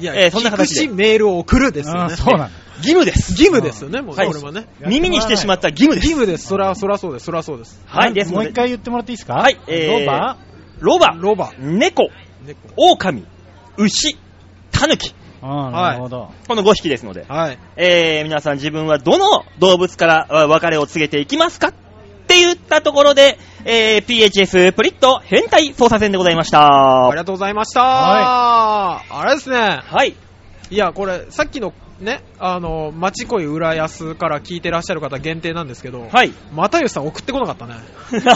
Speaker 2: いや、
Speaker 1: えーそんな形で
Speaker 2: 聞くしメールを送るですよ
Speaker 3: あ
Speaker 2: ね。
Speaker 3: そうなんだ。
Speaker 1: 義務です。
Speaker 2: 義務ですよね、もう、
Speaker 1: はい
Speaker 2: これはね。
Speaker 1: 耳にしてしまった義務です。
Speaker 2: 義務です。そら、そらそうです。そらそうです。
Speaker 1: はい、です
Speaker 3: も
Speaker 1: の
Speaker 3: う
Speaker 1: で
Speaker 3: 一、回言ってもらっていいですか
Speaker 1: はいえー
Speaker 3: ロバ
Speaker 1: ロバ、
Speaker 2: ロバ、
Speaker 1: 猫、
Speaker 2: 猫。
Speaker 1: 狼、牛、狸、
Speaker 3: うん、
Speaker 2: はい
Speaker 3: なるほど。
Speaker 1: この5匹ですので、
Speaker 2: はい。
Speaker 1: えー、皆さん自分はどの動物からあ別れを告げていきますかって言ったところで、えー、PHS プリット変態捜査線でございまし
Speaker 2: あ
Speaker 1: た
Speaker 2: り。がとうございました。
Speaker 3: は
Speaker 2: あれですね。
Speaker 1: はい。
Speaker 2: いや、これ、さっきのね、あの、町恋浦安から聞いてらっしゃる方限定なんですけど、
Speaker 1: はい。
Speaker 2: 又吉さん送ってこなかったね。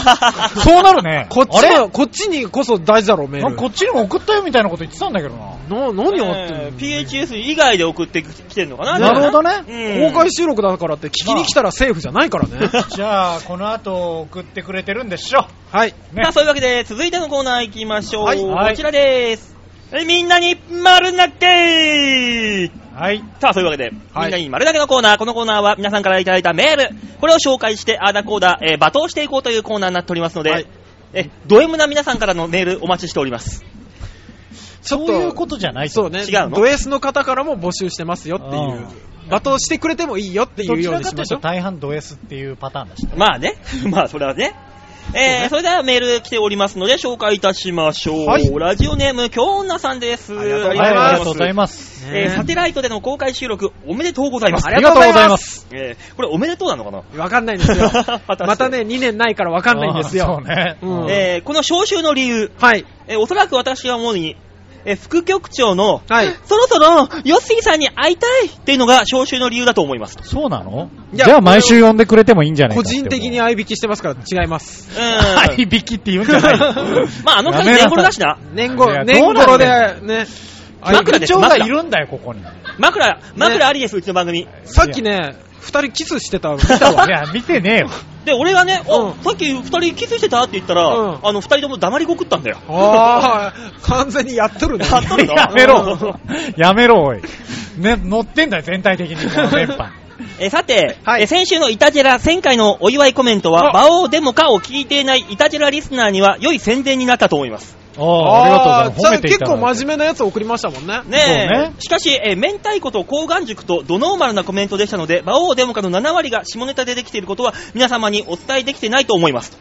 Speaker 3: そうなる ね。
Speaker 2: こっち
Speaker 3: あ
Speaker 2: は、こっちにこそ大事だろ、メー
Speaker 3: れなん
Speaker 2: ル。
Speaker 3: かこっちにも送ったよみたいなこと言ってたんだけどな。
Speaker 2: な、何をやってんの、
Speaker 1: えー PHS 以外で送ってきてるのかな
Speaker 2: なるほど
Speaker 3: ね
Speaker 1: うん
Speaker 2: 公開収録だからって聞きに来たらセーフじゃないからね。
Speaker 3: じゃあ、この後送ってくれてるんでしょ。
Speaker 2: はい。
Speaker 3: ね
Speaker 1: さあ、そういうわけで、続いてのコーナー行きましょう。
Speaker 2: はい
Speaker 3: はい
Speaker 1: こちらです。えみんなに丸投げ
Speaker 3: はい。
Speaker 1: さあ、そういうわけで、
Speaker 2: はい
Speaker 1: みんなに丸投げのコーナー。このコーナーは皆さんからいただいたメール、これを紹介して、あーだこーだ、えー罵倒していこうというコーナーになっておりますので、
Speaker 2: はい
Speaker 1: え、ド M な皆さんからのメールお待ちしております。
Speaker 2: ちょっと
Speaker 3: そういうことじゃない
Speaker 2: そうね。
Speaker 1: 違うの
Speaker 2: ド S の方からも募集してますよっていう。罵倒してくれてもいいよってい
Speaker 3: ど
Speaker 2: う
Speaker 3: ち
Speaker 2: よう
Speaker 3: ら
Speaker 2: に
Speaker 3: か
Speaker 2: し
Speaker 3: とい
Speaker 2: ま
Speaker 3: う
Speaker 2: しょ
Speaker 3: と
Speaker 2: う。
Speaker 3: 大半ド S っていうパターンでした。
Speaker 1: まあね。 まあ、それはね。えーそれではメール来ておりますので紹介いたしましょう。
Speaker 2: はい
Speaker 1: ラジオネーム、京女さんです。
Speaker 2: ありがとうございます
Speaker 3: はい、あり
Speaker 1: あ
Speaker 3: がとうござい
Speaker 1: りがとうございま
Speaker 3: ます。
Speaker 1: す。えーサテライトでの公開収録、おめでとうございます。。
Speaker 2: ありがとうございます
Speaker 1: えーこれおめでとうなのかな。
Speaker 2: わかんないんですよ
Speaker 1: また
Speaker 2: またね、2年ないからわかんないんです
Speaker 3: あー
Speaker 2: よ
Speaker 3: そう。ね。
Speaker 2: うん
Speaker 1: えーこの招集の理由、
Speaker 2: はい。
Speaker 1: えーおそらく私は主に、えー副局長の、
Speaker 2: はい
Speaker 1: そろそろ、ヨッシーさんに会いたいっていうのが招集の理由だと思います。
Speaker 3: そうなの
Speaker 2: い
Speaker 3: じ
Speaker 2: や
Speaker 3: ゃあ毎週呼んでくれてもいいんじゃないか
Speaker 2: 個
Speaker 3: って思う
Speaker 2: 人的に合いびきしてますから違います。
Speaker 1: うん。
Speaker 3: はい、引きって言うんじゃないよ
Speaker 1: まあ、あの二人年頃だし な。
Speaker 2: 年
Speaker 3: いや
Speaker 2: 後、年
Speaker 3: どうなん
Speaker 2: 頃
Speaker 3: だよ
Speaker 2: でね、
Speaker 1: 枕
Speaker 2: 相
Speaker 1: 枕
Speaker 2: 手
Speaker 1: で
Speaker 3: 部
Speaker 1: す
Speaker 3: 長がいるんだよ、ここに。い
Speaker 1: 枕、枕ありです、うちの番組。
Speaker 2: さっきね、二人キスしてたの見たわ。
Speaker 3: や、見てねえよ。
Speaker 1: で、俺がね、
Speaker 2: うん
Speaker 1: あさっき二人キスしてたって言ったら、
Speaker 2: うん
Speaker 1: あの、二人とも黙りごくったんだよ。
Speaker 2: ああ、完全にやっとるね。
Speaker 1: やっとるぞ
Speaker 3: やめろ。やめろ、おい。ね、乗ってんだよ、全体的に、この電波。
Speaker 1: えーさて、
Speaker 2: はい
Speaker 1: えー先週のイタジェラ1000回のお祝いコメントは、馬王デモかを聞いていないイタジェラリスナーには良い宣伝になったと思います。
Speaker 3: ああ、ありがとうございます。褒めてい
Speaker 2: 結
Speaker 3: ただ
Speaker 2: 構
Speaker 3: いて
Speaker 2: 真面目なやつ送りましたもんね。
Speaker 1: ねえ
Speaker 3: そうね
Speaker 1: しかし、えー明太子と抗眼塾とドノーマルなコメントでしたので、馬王デモカの7割が下ネタでできていることは皆様にお伝えできてないと思います。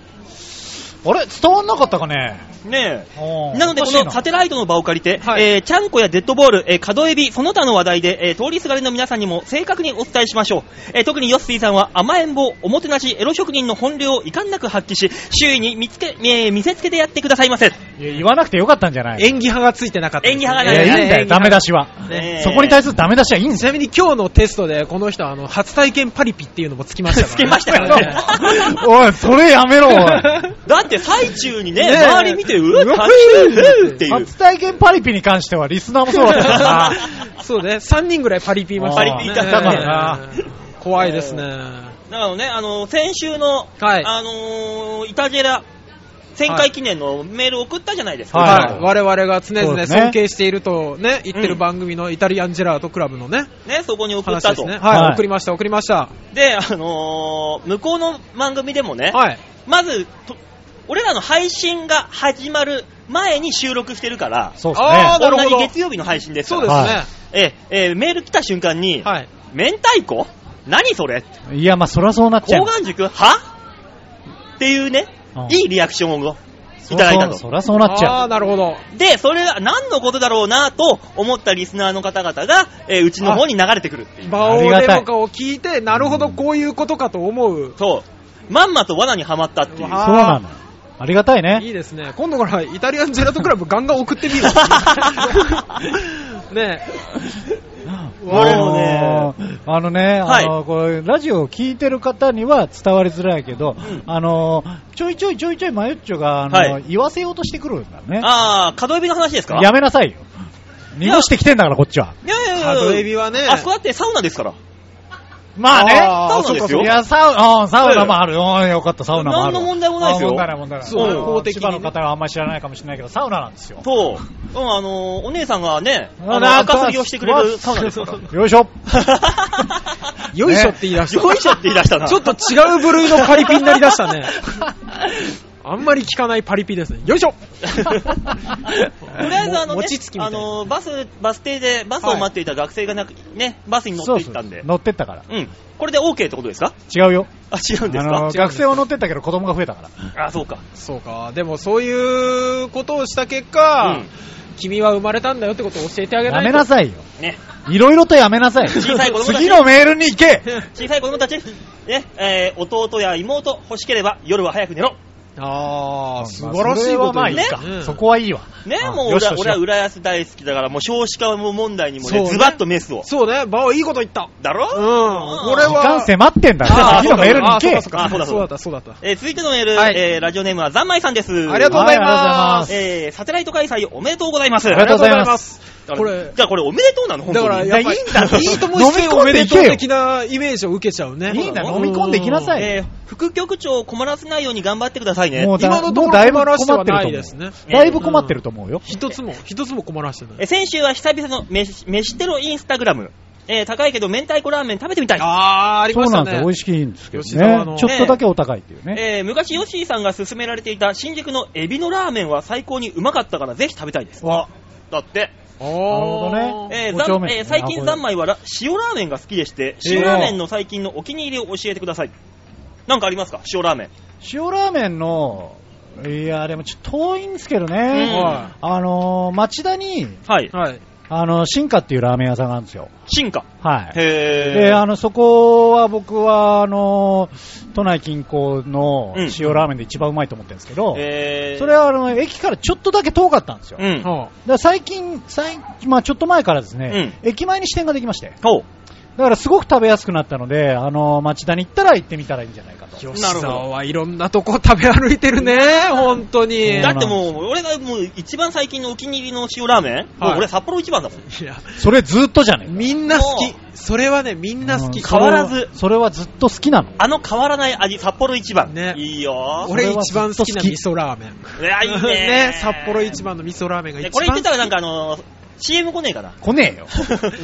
Speaker 3: あれ伝わんなかったかね
Speaker 1: ねえ。
Speaker 3: おー
Speaker 1: なので、
Speaker 3: おか
Speaker 1: こ
Speaker 3: しい
Speaker 1: のサテライトの場を借りて、
Speaker 2: はい
Speaker 1: えーちゃんこやデッドボール、えー、角エビ、その他の話題で、えー通りすがりの皆さんにも正確にお伝えしましょう。えー特にヨッスーさんは甘えん坊、おもてなし、エロ職人の本領を遺憾なく発揮し、周囲に見つけ、えー見せつけてやってくださいませ。
Speaker 3: いや言わなくてよかったんじゃない
Speaker 2: 演技派がついてなかったですね。
Speaker 1: 演技派
Speaker 3: い
Speaker 1: が
Speaker 3: や、
Speaker 1: ね
Speaker 3: いいんだよ、ダメ出しは。
Speaker 1: ねえ
Speaker 3: そこに対するダメ出しはいいん
Speaker 2: ち
Speaker 3: だ
Speaker 2: な
Speaker 3: よ。
Speaker 2: みに今日のテストでこの人はあの初体験パリピっていうのもつきました
Speaker 1: つ
Speaker 2: か
Speaker 1: け
Speaker 2: ら、
Speaker 1: ま
Speaker 2: ね
Speaker 1: し。たからね。
Speaker 3: おい、それやめろ、おい。
Speaker 1: だって最中にね、
Speaker 2: ねえ
Speaker 1: 周り見て、う
Speaker 2: う
Speaker 1: わ、
Speaker 2: わ
Speaker 1: 楽しいっていう。
Speaker 3: 初体験パリピに関しては、リスナーもそうだったから な。
Speaker 2: そうね、3人ぐらいパリピいました
Speaker 1: パリピいたから
Speaker 3: な
Speaker 2: ね怖いですね。
Speaker 1: だからね、あの、先週の、
Speaker 2: はい
Speaker 1: あのーイタジェラ、1000回記念のメール送ったじゃないですか。
Speaker 3: はい
Speaker 2: はい、我々が常
Speaker 3: そう
Speaker 2: 々
Speaker 3: ですね
Speaker 2: 尊敬しているとね、言ってる番組のイタリアンジェラートクラブのね、
Speaker 1: ね、そこに送っ
Speaker 2: 話
Speaker 1: た
Speaker 2: で
Speaker 1: と。
Speaker 2: すね。
Speaker 1: で
Speaker 2: はい、
Speaker 3: はい
Speaker 2: 送りました、送りました。
Speaker 1: あのー向こうの番組でもね、
Speaker 2: はい。
Speaker 1: まず、と俺らの配信が始まる前に収録してるから、
Speaker 3: そうで
Speaker 2: あー
Speaker 1: 同
Speaker 2: なるほど
Speaker 1: じ月曜日の配信です
Speaker 2: そう
Speaker 1: か
Speaker 2: です
Speaker 1: ら。
Speaker 3: は
Speaker 2: ね。
Speaker 1: ええーメール来た瞬間に、
Speaker 2: はい。
Speaker 1: 明太子何それ
Speaker 3: すね。いや、まあ、そりゃそうなっちゃ
Speaker 1: 抗
Speaker 3: う。
Speaker 1: 眼塾はっていうね、
Speaker 3: うん
Speaker 1: いいリアクションをいただいたと。
Speaker 3: そりゃそうなっち
Speaker 2: あ
Speaker 3: ゃ
Speaker 2: あ、なるほど。
Speaker 1: で、それが何のことだろうなと思ったリスナーの方々が、えーうちの方に流れてくるっていう。
Speaker 2: 馬王デモカを聞いて、なるほど、こういうことかと思う。
Speaker 1: そう。まんまと罠にはまったっていうう。
Speaker 3: う。
Speaker 2: わ
Speaker 3: そうなの。ありがたいね。
Speaker 2: いいですね。今度からイタリアンジェラートクラブガンガン送って みるわ。ね
Speaker 1: 俺もね
Speaker 3: あのね、
Speaker 1: はい
Speaker 3: あのこれラジオを聞いてる方には伝わりづらいけど、
Speaker 1: ん
Speaker 3: あのちょいちょいちょいちょいマユッチョがあの、
Speaker 1: はい
Speaker 3: 言わせようとしてくるんだね。
Speaker 1: ああ、角指の話ですか
Speaker 3: やめなさいよ。濁してきてんだから、こっちは。
Speaker 1: いやいやいや。
Speaker 2: 角エビはね
Speaker 1: あそこだってサウナですから。
Speaker 3: まあね。
Speaker 2: あ
Speaker 1: ーそうですよ
Speaker 3: いや、サウあーサウナもある。うんよかった、サウナもある。
Speaker 1: 何の問題もないですよ
Speaker 3: あー問題ない、問題ない。
Speaker 2: そう
Speaker 3: あの
Speaker 2: 法的にね
Speaker 3: 千葉の方はあんまり知らないかもしれないけど、サウナなんですよ。
Speaker 1: そう。うん、あのーお姉さんがね、あの、
Speaker 3: あ
Speaker 1: 赤すりをしてくれるサウナですから。
Speaker 3: よいしょ。
Speaker 2: よいしょって言い出した。
Speaker 1: よいしょって言い出したな。
Speaker 2: ちょっと違う部類のパリピになりだしたね。あんまり効かないパリピですね。よい しょ
Speaker 1: とりあえずあの、ね、
Speaker 2: 餅つきみた
Speaker 1: あ
Speaker 2: いな
Speaker 1: のバス、バス停でバスを待っていた学生がなく、ね、バスに乗
Speaker 3: そ
Speaker 1: っ
Speaker 3: う
Speaker 1: てい
Speaker 3: そ
Speaker 1: っ
Speaker 3: う
Speaker 1: たんで。
Speaker 3: 乗ってったから。
Speaker 1: うん。これで OK ってことですか
Speaker 3: 違うよ。
Speaker 1: あ、違うんです
Speaker 3: あの
Speaker 1: か
Speaker 3: 学生を乗ってったけど子供が増えたから。
Speaker 1: あそうか。
Speaker 2: そうか。でもそういうことをした結果、
Speaker 1: うん
Speaker 2: 君は生まれたんだよってことを教えてあげな
Speaker 3: や
Speaker 2: いと。
Speaker 3: めなさいよ。
Speaker 1: ね。
Speaker 3: いろいろとやめなさい。
Speaker 1: 小さい子供たち
Speaker 3: 次のメールに行け
Speaker 1: 小さい子供たち、ね、えー弟や妹欲しければ夜は早く寝ろ。
Speaker 2: あー、素晴らしいこと
Speaker 3: まあ
Speaker 2: 言
Speaker 3: そ
Speaker 2: ね
Speaker 3: うれはまあいいか
Speaker 2: うん
Speaker 3: そこはいいわ。
Speaker 1: ね、
Speaker 3: あ
Speaker 1: もう
Speaker 3: よし
Speaker 1: 俺
Speaker 3: と
Speaker 1: は
Speaker 3: し
Speaker 1: 俺は
Speaker 3: よう
Speaker 1: 浦安大好きだから、もう少子化問題にも
Speaker 2: そう
Speaker 1: ね、
Speaker 2: ね
Speaker 1: ズバッとメスを。
Speaker 2: そうね、場をいいこと言った。
Speaker 1: だろ
Speaker 2: うん
Speaker 1: うん
Speaker 2: これは
Speaker 3: 時間迫ってんだ
Speaker 1: あ
Speaker 3: か
Speaker 1: ー
Speaker 3: ら。次のメールに行け
Speaker 2: あそうかそ
Speaker 1: あ
Speaker 2: うか
Speaker 1: そう
Speaker 2: そうだ
Speaker 1: だ
Speaker 2: った、そうだった。
Speaker 1: えー続いてのメール、
Speaker 2: はい
Speaker 1: えーラジオネームはざんまいさんです。
Speaker 2: ありがとうござい
Speaker 3: は
Speaker 2: ま
Speaker 3: い
Speaker 2: す。。
Speaker 1: えーサテライト開催おめでとうございます。
Speaker 3: ありがとうございます
Speaker 1: だか
Speaker 2: こ
Speaker 1: ら
Speaker 2: れ、
Speaker 1: じゃあこれおめでとうなの本
Speaker 2: だ
Speaker 1: 当
Speaker 2: か
Speaker 1: に。
Speaker 2: ら
Speaker 1: いや
Speaker 2: やっぱ
Speaker 1: い
Speaker 2: り、
Speaker 1: いんだ。
Speaker 2: いいとも
Speaker 3: 飲
Speaker 2: 一
Speaker 3: み込んで
Speaker 2: 見おめで
Speaker 3: いけよ
Speaker 2: とう的なイメージを受けちゃうね。
Speaker 3: いいんだ、
Speaker 1: そう
Speaker 3: 飲み込んでいきなさいよ。
Speaker 1: えー腹腔鏡長を困らせないように頑張ってくださいね。
Speaker 3: もう
Speaker 2: 今
Speaker 3: だ
Speaker 2: のところ
Speaker 3: もうだいぶ
Speaker 2: 困
Speaker 3: 困
Speaker 2: ら
Speaker 3: っ
Speaker 2: し
Speaker 3: てる
Speaker 2: て
Speaker 3: と思
Speaker 2: は
Speaker 3: う
Speaker 2: ないですね。
Speaker 3: だいぶ困ってると思うよ。
Speaker 2: 一つも、一つも困らしてな
Speaker 1: えー
Speaker 2: い。
Speaker 1: 先週は久々の飯飯テロインスタグラム。えー高いけど明太子ラーメン食べてみたい。
Speaker 2: あー、あり
Speaker 3: そ
Speaker 2: ま
Speaker 3: う
Speaker 2: し
Speaker 3: な
Speaker 2: た
Speaker 3: んです
Speaker 2: ね
Speaker 3: よ。美。味しいんですけど
Speaker 2: 吉沢
Speaker 3: ね。
Speaker 2: の
Speaker 3: ちょっとだけお高いっていうね。
Speaker 1: えー昔ヨッシーさんが勧められていた新宿のエビのラーメンは最高にうまかったからぜひ食べたいです。
Speaker 3: わ、
Speaker 1: だって、
Speaker 2: あ
Speaker 3: なるほどね
Speaker 1: えー
Speaker 3: 五丁目
Speaker 1: ざんえー
Speaker 3: ですね
Speaker 1: 最近三昧はら塩ラーメンが好きでして、
Speaker 3: えー
Speaker 1: 塩ラーメンの最近のお気に入りを教えてください。なんかありますか塩ラーメン。
Speaker 3: 塩ラーメンの、いや、でもちょっと遠いんですけどね。
Speaker 1: うん
Speaker 2: は
Speaker 3: あのー、町田に、
Speaker 1: はい
Speaker 2: い。。はい。
Speaker 3: あの、新華っていうラーメン屋さんがあるんですよ。
Speaker 1: 進化。
Speaker 3: はい。
Speaker 1: へ
Speaker 3: で、
Speaker 1: ー。
Speaker 3: あの、そこは僕は、あのー、都内近郊の
Speaker 1: うん
Speaker 3: 塩ラーメンで一番うまいと思ってるんですけど、
Speaker 1: えー
Speaker 3: それはあの、駅からちょっとだけ遠かったんですよ。
Speaker 1: う
Speaker 3: だか
Speaker 1: ん。
Speaker 2: は
Speaker 3: ら最近、最まあちょっと前からですね、駅前に支店ができまして、
Speaker 1: ほう。
Speaker 3: だからすごく食べやすくなったので、あのー、町田に行ったら行ってみたらいいんじゃないかと。
Speaker 2: あ、
Speaker 1: ど
Speaker 2: 吉沢はいろんなとこ食べ歩いてるね、本当に。
Speaker 3: えー
Speaker 1: だってもう、俺がもう一番最近のお気に入りの塩ラーメン、
Speaker 2: はい
Speaker 1: もう俺札幌一番だもん。
Speaker 2: いや、
Speaker 3: それずっとじゃねえか
Speaker 2: みんな好き
Speaker 1: も。
Speaker 2: それはね、みんな好
Speaker 3: う
Speaker 2: き。
Speaker 3: ん
Speaker 1: 変わらず
Speaker 3: それはずっと好きなの。
Speaker 1: あの変わらない味、札幌一番。
Speaker 2: ね
Speaker 1: いいよ
Speaker 2: 俺一番好きな味噌ラーメン。
Speaker 1: いや、いいね
Speaker 2: ね札幌一番の味噌ラーメンが
Speaker 1: ね
Speaker 2: 一
Speaker 1: こ
Speaker 2: 番
Speaker 1: れ言ってたらなんかあの、CM 来ねえかな。
Speaker 3: 来ねえよ。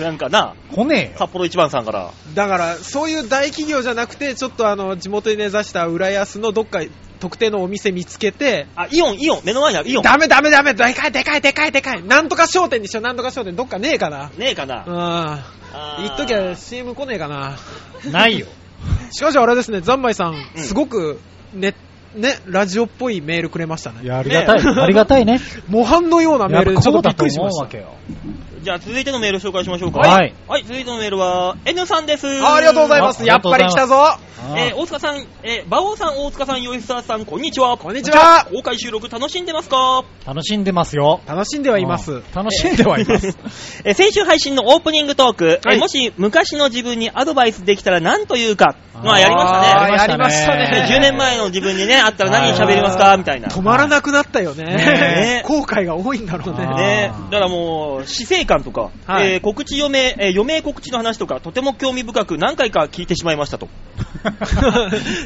Speaker 1: なんかな、
Speaker 3: 来ねえよ。
Speaker 1: 札幌一番さんから。
Speaker 2: だからそういう大企業じゃなくてちょっとあの地元に根ざした浦安のどっか特定のお店見つけて
Speaker 1: あ、イオン、イオン、目の前にあるイオン。
Speaker 2: ダメダメダメでかいでかいでかいでかいなんとか商店にしようなんとか商店どっかねえかな
Speaker 1: ねえかな。
Speaker 2: うん言っときゃ CM 来ねえかな
Speaker 3: ないよ。
Speaker 2: しかしあれですねざんまいさん、
Speaker 1: うん
Speaker 2: すごくねねラジオっぽいメールくれました
Speaker 3: い
Speaker 2: ね
Speaker 3: や、ありがたい。ありがたいね。
Speaker 2: 模範のようなメー
Speaker 3: や
Speaker 2: ル
Speaker 3: っ
Speaker 2: で
Speaker 3: ぱ
Speaker 2: ちょっとび
Speaker 3: そうだ
Speaker 2: っく
Speaker 3: と
Speaker 2: りし
Speaker 3: 思
Speaker 2: ま
Speaker 3: う
Speaker 2: し
Speaker 3: わ
Speaker 2: た
Speaker 3: けよ。
Speaker 1: じゃあ続いてのメール紹介しましょうか。
Speaker 3: はい。
Speaker 1: はい、続いてのメールは、N さんです。
Speaker 2: あありがとうございます
Speaker 3: あ
Speaker 2: やっぱり来たぞ
Speaker 1: えー大塚さん、えー、馬王さん、大塚さん、吉沢さん、こんにちは。
Speaker 2: こんにちは
Speaker 1: 公開収録楽しんでますか
Speaker 3: 楽しんでますよ。
Speaker 2: 楽しんではいます
Speaker 3: うん楽しんではいます。
Speaker 1: えー先週配信のオープニングトーク、
Speaker 2: はい
Speaker 1: えーもし昔の自分にアドバイスできたら何というか、まあやりました
Speaker 2: あ
Speaker 1: ね。
Speaker 2: ーやりましたね
Speaker 1: ね10年前の自分にね、あったら何喋りますかみたいな。
Speaker 2: 止まらなくなったよね
Speaker 1: ね
Speaker 2: 後悔が多いんだろう
Speaker 3: あー
Speaker 2: ね
Speaker 1: ね、だからもう、死生観とか、
Speaker 2: はい
Speaker 1: えー告知余命、えー余命告知の話とか、とても興味深く何回か聞いてしまいましたと。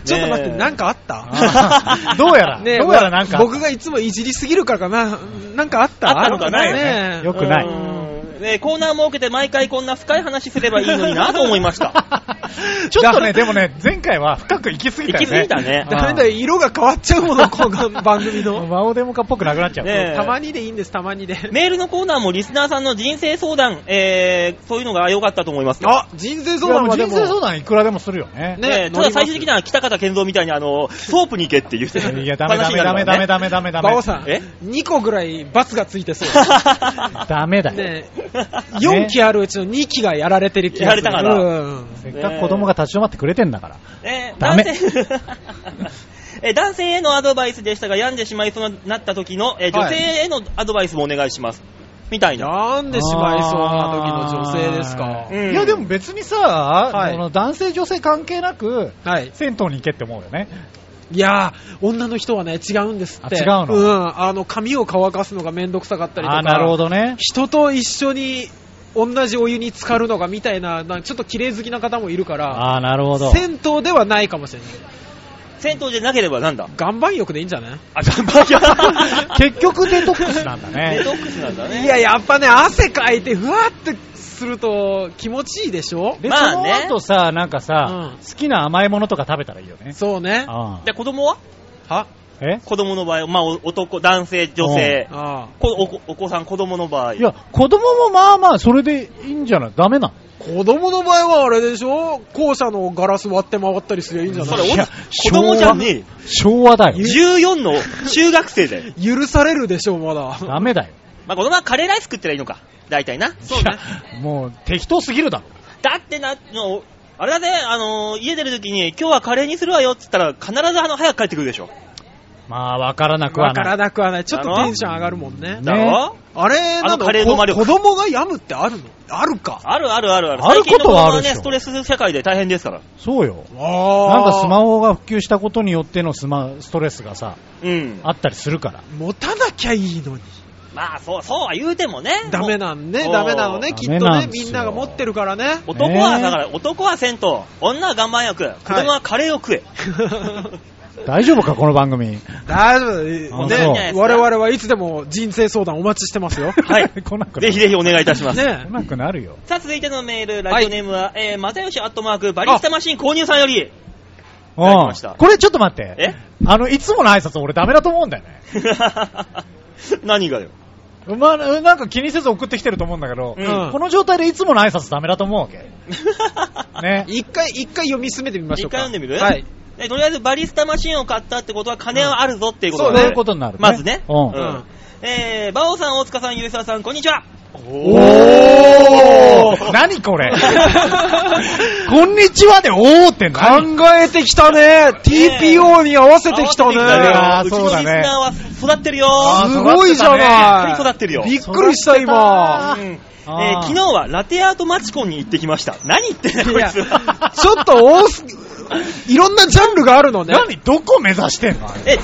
Speaker 2: ちょっと待って、なんかあっ
Speaker 3: あ
Speaker 2: た
Speaker 3: ーどうやら、
Speaker 2: ねえ
Speaker 3: どうやらなんか、
Speaker 2: 僕がいつもいじりすぎるからかな。なんかあった
Speaker 1: あったのかな
Speaker 2: ね
Speaker 3: よくない
Speaker 1: うんねコーナー設けて毎回こんな深い話すればいいのになと思いま した。
Speaker 3: ちょっとね、でもね、前回は深く行き過ぎたよね。
Speaker 1: 行き過ぎたね
Speaker 2: ダメだよ、色が変わっちゃうもの、この番組
Speaker 3: うん。
Speaker 2: の。
Speaker 3: 魔王デモカっぽくなくなっちゃう。
Speaker 1: ねえ
Speaker 2: たまにでいいんです、たまにで。
Speaker 1: メールのコーナーもリスナーさんの人生相談、えーそういうのが良かったと思いますよ。
Speaker 2: あ、人生
Speaker 3: い
Speaker 2: 相
Speaker 3: や
Speaker 2: 談
Speaker 3: でも
Speaker 2: はで
Speaker 3: 人
Speaker 2: も。
Speaker 3: 生相談いくらでもするよね。
Speaker 2: ね
Speaker 1: ね、ただ最終的には北方健三みたいにあの、ソープに行けって言って
Speaker 3: いや、ダメダメダメダメダメダメダメ。
Speaker 2: 馬王さん
Speaker 1: え、
Speaker 2: 2個ぐらい罰がついてそう。
Speaker 3: ダメだよ。
Speaker 2: ね4期あるうちの2期がやられてる気がする。
Speaker 1: やられたから
Speaker 2: うん
Speaker 3: せっかく子供が立ち止まってくれてんだから。
Speaker 1: えー
Speaker 3: ダメ
Speaker 1: 男性 えー男性へのアドバイスでしたが病んでしまいそうになった時の、えー女
Speaker 2: はい
Speaker 1: 性へのアドバイスもお願いします、みたいな
Speaker 2: 病んでしまいそうな時の女性です
Speaker 3: あ
Speaker 2: か。
Speaker 1: う
Speaker 3: ー
Speaker 1: ん
Speaker 3: いや、でも別にさ、
Speaker 2: い
Speaker 3: あの男性女性関係なく、
Speaker 2: はい。
Speaker 3: 銭湯に行けって思うよね。
Speaker 2: いやー、女の人はね、違うんですって。
Speaker 3: あ違うの
Speaker 2: うん。あの、髪を乾かすのがめんどくさかったりとか。
Speaker 3: あーなるほどね。
Speaker 2: 人と一緒に同じお湯に浸かるのがみたいな、なんかちょっと綺麗好きな方もいるから、
Speaker 3: ああ、なるほど。
Speaker 2: 銭湯ではないかもしれない。
Speaker 1: 銭湯じゃなければなん だ
Speaker 2: 岩盤浴でいいんじゃない、
Speaker 1: あ頑 張っ
Speaker 3: 結局デトックスなんだね
Speaker 1: デ。トックスなんだね
Speaker 2: いや、やっぱね、汗かいてふわってすると気持ちいいでしょ
Speaker 3: で、
Speaker 1: まあ
Speaker 3: そ
Speaker 1: ね
Speaker 3: の後さ、なんかさ、
Speaker 2: うん
Speaker 3: 好きな甘いものとか食べたらいいよね。
Speaker 2: そうね。
Speaker 3: あ
Speaker 1: で子供は
Speaker 2: は
Speaker 3: え
Speaker 1: 子供の場合、まあ、お男、男性、女性、
Speaker 2: ああ
Speaker 1: こお子お子さん、子供の場合。
Speaker 3: いや、子供もまあまあ、それでいいんじゃないダメなの
Speaker 2: 子供の場合はあれでしょ校舎のガラス割って回ったりすりゃいいんじゃ
Speaker 1: そ
Speaker 2: な
Speaker 1: れ、
Speaker 2: い
Speaker 1: お
Speaker 3: いや
Speaker 1: 子供じゃね
Speaker 3: 昭和だ
Speaker 1: え。
Speaker 3: よ。
Speaker 1: 14の中学生だよ。
Speaker 2: 許されるでしょ、まだ。
Speaker 3: ダメだよ。
Speaker 1: まあ、このままカレーライス食ってりゃいいのか。大体な。
Speaker 2: そうね。
Speaker 3: いやもう、適当すぎるだろ。
Speaker 1: だってな、のあれだぜ、あのー家出るときに、今日はカレーにするわよって言ったら、必ずあの、早く帰ってくるでしょ。
Speaker 3: まあ、わからなくは
Speaker 2: わから
Speaker 3: ない。
Speaker 2: なくはない。ちょっとテンション上がるもんね。
Speaker 1: だろ、
Speaker 2: あれ
Speaker 1: あ
Speaker 2: な
Speaker 1: の
Speaker 2: の
Speaker 1: カレーの魔
Speaker 2: こ
Speaker 1: 力
Speaker 2: 子供が病むってあるのあるか。
Speaker 1: あるあるあるある。
Speaker 3: あるこ
Speaker 1: 最近
Speaker 3: とは
Speaker 1: の子供
Speaker 3: あるでしょ
Speaker 1: ね、ストレス社会で大変ですから。
Speaker 3: そうよ。
Speaker 2: あ
Speaker 3: なんかスマホが普及したことによってのスマ、ストレスがさ、
Speaker 1: うん。
Speaker 3: あったりするから。
Speaker 2: 持たなきゃいいのに。
Speaker 1: まあ、そう、そうは言うてもね。
Speaker 2: ダメなんね、
Speaker 1: そう
Speaker 2: ダメなのね、
Speaker 3: ダ
Speaker 2: きっ
Speaker 3: メ
Speaker 2: と
Speaker 3: なん
Speaker 2: ね、
Speaker 3: ですよ
Speaker 2: みんなが持ってるから ね。
Speaker 1: 男は、
Speaker 3: ね
Speaker 1: だから、男は銭湯、女は岩盤浴、子供はカレーを食え。
Speaker 3: 大丈夫か、この番組。
Speaker 2: 大丈夫
Speaker 3: あそういいんじゃない
Speaker 1: で
Speaker 2: ね
Speaker 1: す、か
Speaker 2: 我々はいつでも人生相談お待ちしてますよ。
Speaker 1: はい
Speaker 3: 来なく
Speaker 1: ぜ
Speaker 3: なる。
Speaker 1: ひぜひお願いいたします。
Speaker 3: 来
Speaker 2: ね
Speaker 3: なくなるよ。
Speaker 1: さあ、続いてのメール、ラジオネームは、えー、またよしアットマーク、バリスタマシン購入さんよ り。
Speaker 3: う
Speaker 1: だきま
Speaker 3: ん
Speaker 1: した
Speaker 3: これちょっと待って。
Speaker 1: え
Speaker 3: あの、いつもの挨拶俺ダメだと思うんだよね。
Speaker 1: 何がよ。
Speaker 3: まあ、なんか気にせず送ってきてると思うんだけど、
Speaker 1: う
Speaker 2: うん
Speaker 3: この状態でいつもの挨拶ダメだと思うわけ。 ね。
Speaker 2: 一回、一回読み進めてみましょうか。
Speaker 1: 一回読んでみる
Speaker 2: はい。
Speaker 1: でとりあえずバリスタマシンを買ったってことは金はあるぞっていうこと
Speaker 3: そう
Speaker 1: だね
Speaker 3: いうことになる、
Speaker 1: まずね。
Speaker 3: うん。
Speaker 1: うんえー、馬王さん、大塚さん、ゆうささん、こんにち は。
Speaker 3: おー何これこんにちはでおーって何
Speaker 2: 考えてきたね !TPO に合わせてきた
Speaker 1: 合わせてき
Speaker 2: ね
Speaker 3: いや
Speaker 1: た
Speaker 3: ー
Speaker 1: よう
Speaker 3: そう
Speaker 1: ちの
Speaker 3: だ
Speaker 1: リス
Speaker 3: ね
Speaker 1: ナーは育ってるよ
Speaker 3: あー
Speaker 2: すごいじゃ
Speaker 1: びっくり
Speaker 2: な
Speaker 1: 育ってるよ。
Speaker 2: いびっくりした今。
Speaker 1: うんえ
Speaker 3: あ
Speaker 1: ー
Speaker 3: ー
Speaker 1: 昨日はラテアートマチコンに行ってきました。何言ってんだこ
Speaker 2: い
Speaker 1: い
Speaker 2: や、
Speaker 1: つ
Speaker 2: ち。ょっと多すぎ、いろんなジャンルがあるのね。
Speaker 3: 何どこ目指してんのあれ
Speaker 1: え、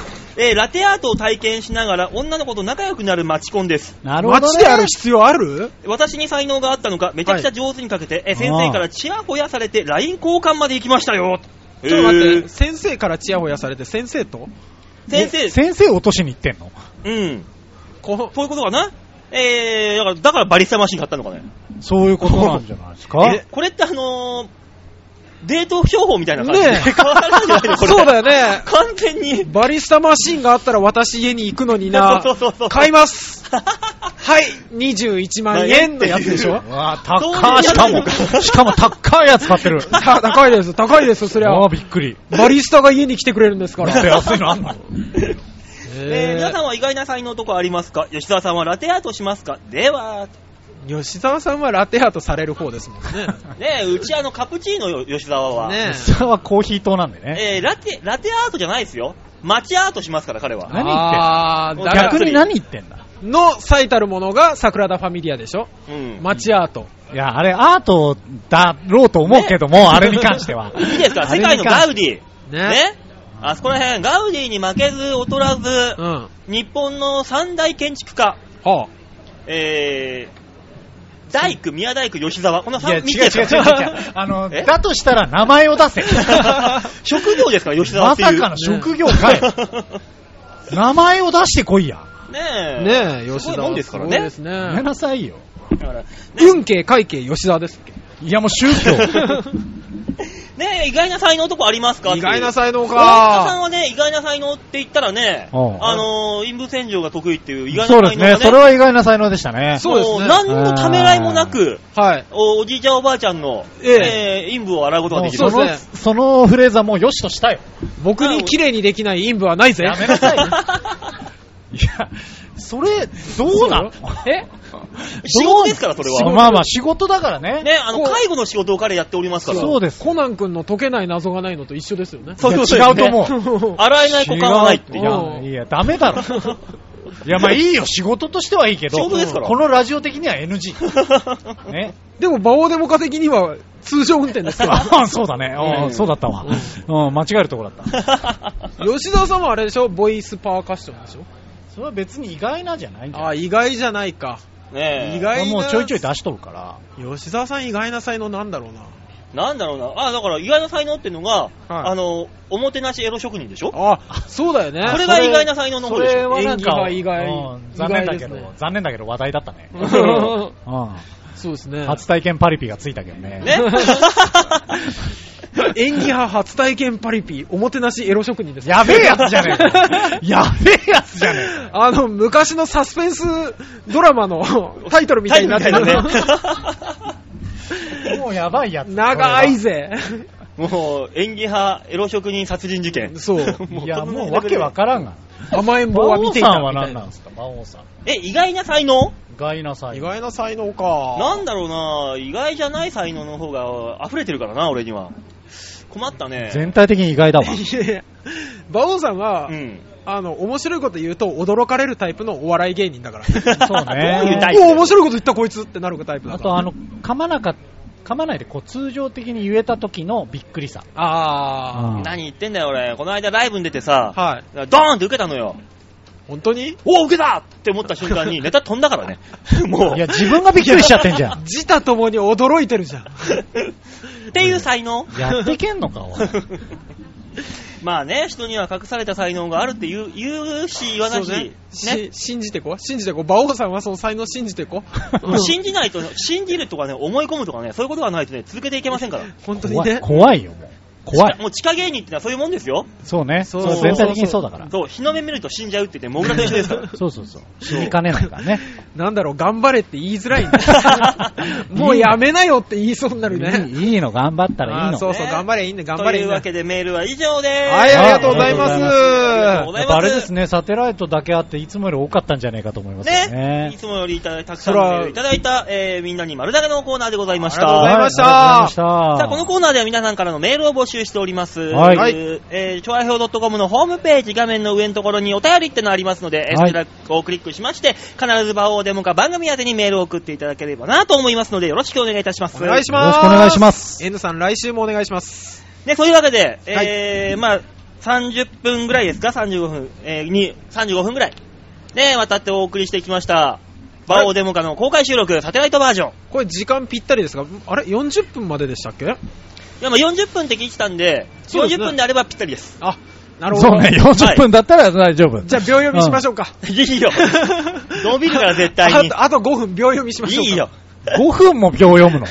Speaker 1: えーラテアートを体験しながら女の子と仲良くなるマチコンです。
Speaker 3: な
Speaker 2: 街である必要ある
Speaker 1: 私に才能があったのか、めちゃくちゃ上手にかけて、えー先生からチヤホヤされて LINE 交換まで行きましたよ。
Speaker 2: ちょっと待って、
Speaker 1: えー
Speaker 2: 先生からチヤホヤされて、先生と
Speaker 1: 先生、
Speaker 3: 先生落としに行ってんの
Speaker 1: うん。
Speaker 2: こ
Speaker 1: そういうことかなえー、だから、だからバリスタマシン買ったのかね。
Speaker 3: そういうことなんじゃないですか
Speaker 1: え、これってあのー、デート商法みたいな感じ
Speaker 2: ね え
Speaker 1: 変わ らないじゃないのこれ
Speaker 2: そうだよね。
Speaker 1: 完全に。
Speaker 2: バリスタマシンがあったら私家に行くのにな
Speaker 1: そうそうそうそう。
Speaker 2: 買います はい !21 万円のやつでし
Speaker 3: う
Speaker 2: ょ
Speaker 3: わぁ、
Speaker 1: どういう
Speaker 3: 高い。しかも
Speaker 1: やつ、
Speaker 3: しかも高いやつ買ってる。
Speaker 2: た高いです、高いです、そりゃ。
Speaker 3: ああ、びっくり。
Speaker 2: バリスタが家に来てくれるんですか
Speaker 3: も
Speaker 2: ら
Speaker 3: っ。と安いのあんの
Speaker 1: えー、皆さん
Speaker 2: え
Speaker 1: は意外な才能とかありますか吉沢さんはラテアートしますかでは、
Speaker 2: ー吉沢さんはラテアートされる方ですもん ね。
Speaker 1: ねえ、うちあのカプチーノよ、吉沢は。
Speaker 2: ね
Speaker 3: 下はコーヒー糖なんでね。
Speaker 1: えー、ラテ、ラテアートじゃないですよ。街アートしますから、彼は。
Speaker 3: 何言ってんの
Speaker 2: あーだから
Speaker 3: 逆に何言ってんだ
Speaker 2: の最たるものが桜田ファミリアでしょ
Speaker 1: うん。
Speaker 2: 街アート。
Speaker 3: いや、あれアートだろうと思うけども、 あれに関しては。
Speaker 1: いいですか
Speaker 3: あれ
Speaker 1: 世
Speaker 3: に関
Speaker 1: 界のガウディ。
Speaker 2: ね
Speaker 1: ねあそこら辺、ガウディに負けず劣らず
Speaker 2: うん。、は
Speaker 1: 日本の三大建築家、
Speaker 2: あ。
Speaker 1: えー、大工、宮大工、吉沢。この
Speaker 3: いや、違う
Speaker 1: 三
Speaker 3: 違
Speaker 1: 三
Speaker 3: う
Speaker 1: つ
Speaker 3: 違
Speaker 1: で
Speaker 3: う
Speaker 1: すか
Speaker 3: 違う
Speaker 1: ら。。
Speaker 3: あの、
Speaker 1: え
Speaker 3: だとしたら名前を出 せ。
Speaker 1: 職業ですから、吉沢
Speaker 3: ま
Speaker 1: ってい
Speaker 3: さ
Speaker 1: う。
Speaker 3: かの職業かよ。名前を出してこいや。
Speaker 1: ねえ。
Speaker 2: ねえ、吉
Speaker 1: すご
Speaker 2: 沢。
Speaker 1: いもんですから
Speaker 2: ごい
Speaker 1: ね
Speaker 2: で。す
Speaker 3: やめ
Speaker 2: ね。
Speaker 3: なさいよ。
Speaker 1: だから
Speaker 2: 運慶、会慶、吉沢ですっけ
Speaker 3: いや、もう宗教。
Speaker 1: ねえ、意外な才能とこありますか
Speaker 2: 意外な才能
Speaker 1: 能大塚さん
Speaker 2: か。
Speaker 1: はね、意外な才能って言ったらね、
Speaker 3: うん
Speaker 1: あのー、陰部洗浄が得意って いう意外な
Speaker 3: そ
Speaker 1: 才
Speaker 3: う
Speaker 1: 能
Speaker 3: ですね。それは意外な才能でしたね。
Speaker 2: そうですね
Speaker 1: も何のためらいもなく、
Speaker 2: はい。
Speaker 1: おおじいちゃんおばあちゃんの、え
Speaker 2: え
Speaker 1: ー陰部を洗うことが
Speaker 3: も
Speaker 1: で
Speaker 3: う
Speaker 1: き
Speaker 2: そ
Speaker 1: る
Speaker 3: そ。
Speaker 2: うで
Speaker 3: の、
Speaker 2: す
Speaker 3: そのフレーズはもうよしとしたよ。
Speaker 2: 僕に綺麗にできない陰部はないぜ。
Speaker 3: やめなさいよ いや、それ、どうなの
Speaker 2: え
Speaker 1: 仕事ですから、それ
Speaker 3: そう
Speaker 1: は。
Speaker 3: まあまあ仕事だからね。
Speaker 1: ね、あの、
Speaker 2: こう
Speaker 1: 介護の仕事を彼やっておりますから。
Speaker 3: そうです。
Speaker 2: コナン君の解けない謎がないのと一緒ですよね。
Speaker 1: そういうこと
Speaker 3: いや違うと思う。
Speaker 1: 洗えない股間はないって
Speaker 3: 違
Speaker 1: いうう。
Speaker 2: うん
Speaker 3: いや、いや、ダメだろ。いや、まあいいよ、仕事としてはいいけど、
Speaker 1: 仕事ですから
Speaker 3: このラジオ的には NG。ね。
Speaker 2: でも、馬王デモカ的には通常運転です から。
Speaker 3: あそうだね。うん
Speaker 1: うん
Speaker 3: そうだったわ。うん、間違えるところだった。
Speaker 2: 吉沢さんはあれでしょボイスパーカッションでしょ
Speaker 3: それは別に意外なんじゃないんだよ
Speaker 2: あ、意外じゃないか。
Speaker 1: ねえ
Speaker 2: 意外な。
Speaker 3: もうちょいちょい出しとるから。
Speaker 2: 吉沢さん意外な才能なんだろうな。
Speaker 1: なんだろうな。あ、だから意外な才能っていうのが、
Speaker 2: はい
Speaker 1: あの、おもてなしエロ職人でしょ
Speaker 2: あ、そうだよね。
Speaker 1: これが意外な才能の方でしょ。
Speaker 2: はなんか
Speaker 3: 演技が意外
Speaker 2: うん
Speaker 3: 残念だけ
Speaker 2: 意外です
Speaker 3: ど
Speaker 2: ね、
Speaker 3: 残念だけど話題だったね。
Speaker 2: うん
Speaker 3: うん
Speaker 2: そうですね。
Speaker 3: 初体験パリピがついたけどね。
Speaker 1: ね
Speaker 2: 演技派初体験パリピ、おもてなしエロ職人です。
Speaker 3: やべえやつじゃね えか。やべえやつじゃねえか。
Speaker 2: あの、昔のサスペンスドラマのタイトルみたいになってるね。
Speaker 3: もうやばいやつ。
Speaker 2: 長いぜ。
Speaker 1: もう、演技派エロ職人殺人事件。
Speaker 2: そう
Speaker 3: こ
Speaker 1: もう
Speaker 3: れは。いや、も
Speaker 1: わ
Speaker 3: うわけわからんが。
Speaker 2: 甘えん
Speaker 3: 魔
Speaker 2: 坊は見
Speaker 3: 王
Speaker 2: ていた
Speaker 3: さん
Speaker 2: み
Speaker 3: は
Speaker 2: た
Speaker 3: 何
Speaker 2: い
Speaker 3: なん
Speaker 2: な
Speaker 3: で。すか、魔王さん。
Speaker 1: え、意外な才能
Speaker 3: ガイナさん。
Speaker 2: 意外な才能か。
Speaker 1: なんだろうな意外じゃない才能の方が溢れてるからな、俺には。困ったね。
Speaker 3: 全体的に意外だわ。
Speaker 2: いや馬王さんは、
Speaker 1: うん。
Speaker 2: あの、面白いこと言うと驚かれるタイプのお笑い芸人だから。
Speaker 3: そうね
Speaker 1: どういうタイ
Speaker 2: お
Speaker 1: プ
Speaker 2: お面白いこと言ったこいつってなるタイプだ
Speaker 3: あ
Speaker 2: から。
Speaker 3: と、あの、噛まなか、噛まないで、こう、通常的に言えた時のびっくりさ。
Speaker 2: あ
Speaker 3: うん
Speaker 1: 何言ってんだよ、俺。この間ライブに出てさ、
Speaker 2: あ。はい。
Speaker 1: ドーンって受けたのよ。
Speaker 2: 本当に
Speaker 1: おお、受けたって思った瞬間 にネタ飛んだからね。もう。
Speaker 3: いや、自分がびっくりしちゃってんじゃん。
Speaker 2: 自他ともに驚いてるじゃん。
Speaker 1: っていう才能
Speaker 3: やってけんのか、おい
Speaker 1: まあね、人には隠された才能があるって言う言うし、言わないし、ね
Speaker 2: そうねし信じてこう信じてこう馬王さんはその才能信じてこう
Speaker 1: もう信じないと、信じるとかね、思い込むとかね、そういうことがないとね、続けていけませんから。
Speaker 2: 本当に
Speaker 3: 怖い
Speaker 2: ね
Speaker 3: 怖いよ、もう。怖い。
Speaker 1: もう地下芸人ってのはそういうもんですよ。
Speaker 3: そうね。
Speaker 2: そ
Speaker 3: そうう全体的にそうだから。
Speaker 1: そう、日の目見ると死んじゃうって言って、モグラと一緒ですから。
Speaker 3: そうそうそう。死にかねないからね。
Speaker 2: なんだろう頑張れって言いづらいんだもうやめなよって言いそうになるね
Speaker 3: いいいいの、頑張ったらいい
Speaker 2: あー
Speaker 3: の。
Speaker 2: そうそう
Speaker 1: ね
Speaker 2: 頑張れいい ね頑張れ
Speaker 1: と
Speaker 2: い
Speaker 1: い
Speaker 2: いうね
Speaker 1: わけでメールは以上です。
Speaker 2: はいありがとうござい
Speaker 3: あ
Speaker 2: ます
Speaker 3: りが
Speaker 1: とうござい
Speaker 3: やっぱあれですね、サテライトだけあって、いつもより多かったんじゃないかと思いますよ
Speaker 1: ね、い
Speaker 3: ね。
Speaker 1: つもよりいただたくさんのメールいただいた、えー、みんなに丸投げのコーナーでございました。
Speaker 2: ありがとうございました
Speaker 3: はいありがとうござ
Speaker 1: さあ、
Speaker 3: い
Speaker 1: こ
Speaker 3: ま
Speaker 1: の
Speaker 3: した。
Speaker 1: コーナーでは皆さんからのメールを募集しております。
Speaker 3: はいはい
Speaker 1: えー、調和表 .com のホームページ画面の上のところにお便りってのありますので、えー
Speaker 3: はい
Speaker 1: そちらをクリックしまして、必ず場をデモか番組宛てにメールを送っていただければなと思いますので、よろしくお願いいたします。
Speaker 2: お願いします
Speaker 3: よろしくお願いします
Speaker 2: N さん来週もお願いします
Speaker 1: ね、そういうわけで、えー、まあ、30分ぐらいですか ?35 分、えー、に、35分ぐらい。ね、渡ってお送りしてきました。バオデモカの公開収録、サテライトバージョン。
Speaker 2: これ時間ぴったりですかあれ40分まででしたっけ
Speaker 1: いや、まあ40分って聞いてたんで、
Speaker 2: そうです
Speaker 1: 40
Speaker 2: ね
Speaker 1: 分であればぴったりです。
Speaker 2: あなるほど
Speaker 3: そうね、40分だったら大丈夫。
Speaker 2: じゃあ秒読みしましょうか、
Speaker 1: いいよ。伸びるから絶対
Speaker 2: あ
Speaker 1: に。
Speaker 2: とあと5分秒読み しましょうか
Speaker 1: いいよ。
Speaker 3: 5分も秒 読むの。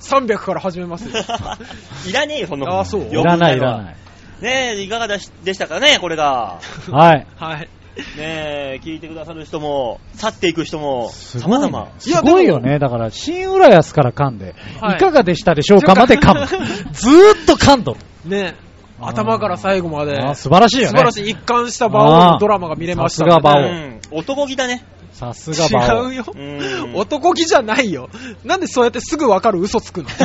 Speaker 2: 300から始めますよ
Speaker 1: いらねえよ、そんなもん
Speaker 2: あそう
Speaker 1: よ
Speaker 2: い
Speaker 1: く
Speaker 3: いらない、い
Speaker 1: わ
Speaker 3: らない。
Speaker 1: ねえ、いかがでしでしたかね、これが。
Speaker 3: はい。
Speaker 2: はい
Speaker 1: ねえ、聞いてくださる人も、去っていく人も、
Speaker 3: す
Speaker 1: 様
Speaker 3: ごい
Speaker 1: 々。。
Speaker 3: すごいよね。だから、新浦安から噛んで、
Speaker 2: はい
Speaker 3: い、かがでしたでしょうかまで噛 む。ずーっと噛んどる。
Speaker 2: ね頭から最後まで
Speaker 3: あー素晴らしいよ
Speaker 2: 素
Speaker 3: ね。
Speaker 2: 晴らしい一貫した馬王のドラマが見れましたんで
Speaker 3: あーさすが馬
Speaker 1: う
Speaker 3: 王
Speaker 1: ん、男気だね。
Speaker 3: さすがバオ
Speaker 2: 違う。よ
Speaker 1: うん
Speaker 2: 男気じゃないよなんでそうやってすぐ分かる嘘つくの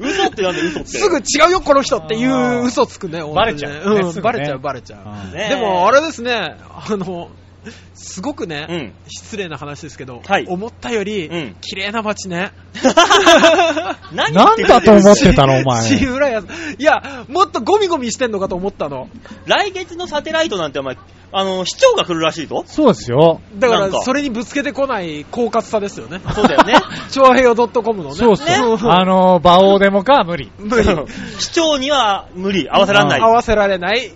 Speaker 1: 嘘ってなんで嘘って。
Speaker 2: すぐ違うよこの人っていう嘘つくね
Speaker 3: バレちゃう
Speaker 2: 本当にね
Speaker 3: ね
Speaker 2: ん、
Speaker 3: すぐね
Speaker 2: バレちゃうバレちゃ
Speaker 3: あ
Speaker 2: う
Speaker 3: ー
Speaker 1: ねえ
Speaker 2: でもあれですねあのすごくね、
Speaker 1: うん
Speaker 2: 失礼な話ですけど、
Speaker 1: はい
Speaker 2: 思ったより、
Speaker 1: うん
Speaker 2: 綺麗な街 ね。
Speaker 1: 何言っ
Speaker 3: な
Speaker 1: て
Speaker 3: ん
Speaker 1: くれ
Speaker 3: だ
Speaker 1: て
Speaker 3: と
Speaker 1: る
Speaker 3: 思ってたの、お前。
Speaker 2: し浦安いや、もっとゴミゴミしてんのかと思ったの。
Speaker 1: 来月のサテライトなんてお前、あの、市長が来るらしいぞ。
Speaker 3: そうですよ。
Speaker 2: だか
Speaker 1: なん
Speaker 2: ら、
Speaker 1: か
Speaker 2: それにぶつけてこない狡猾さですよね。
Speaker 1: そうだよね。
Speaker 2: 超平洋 .com のね。
Speaker 3: そうそう。
Speaker 2: ん
Speaker 3: あのー、馬王でもか、無理。
Speaker 2: 無理。
Speaker 1: 市長には無理、合わせらんない。
Speaker 2: 合わせられない。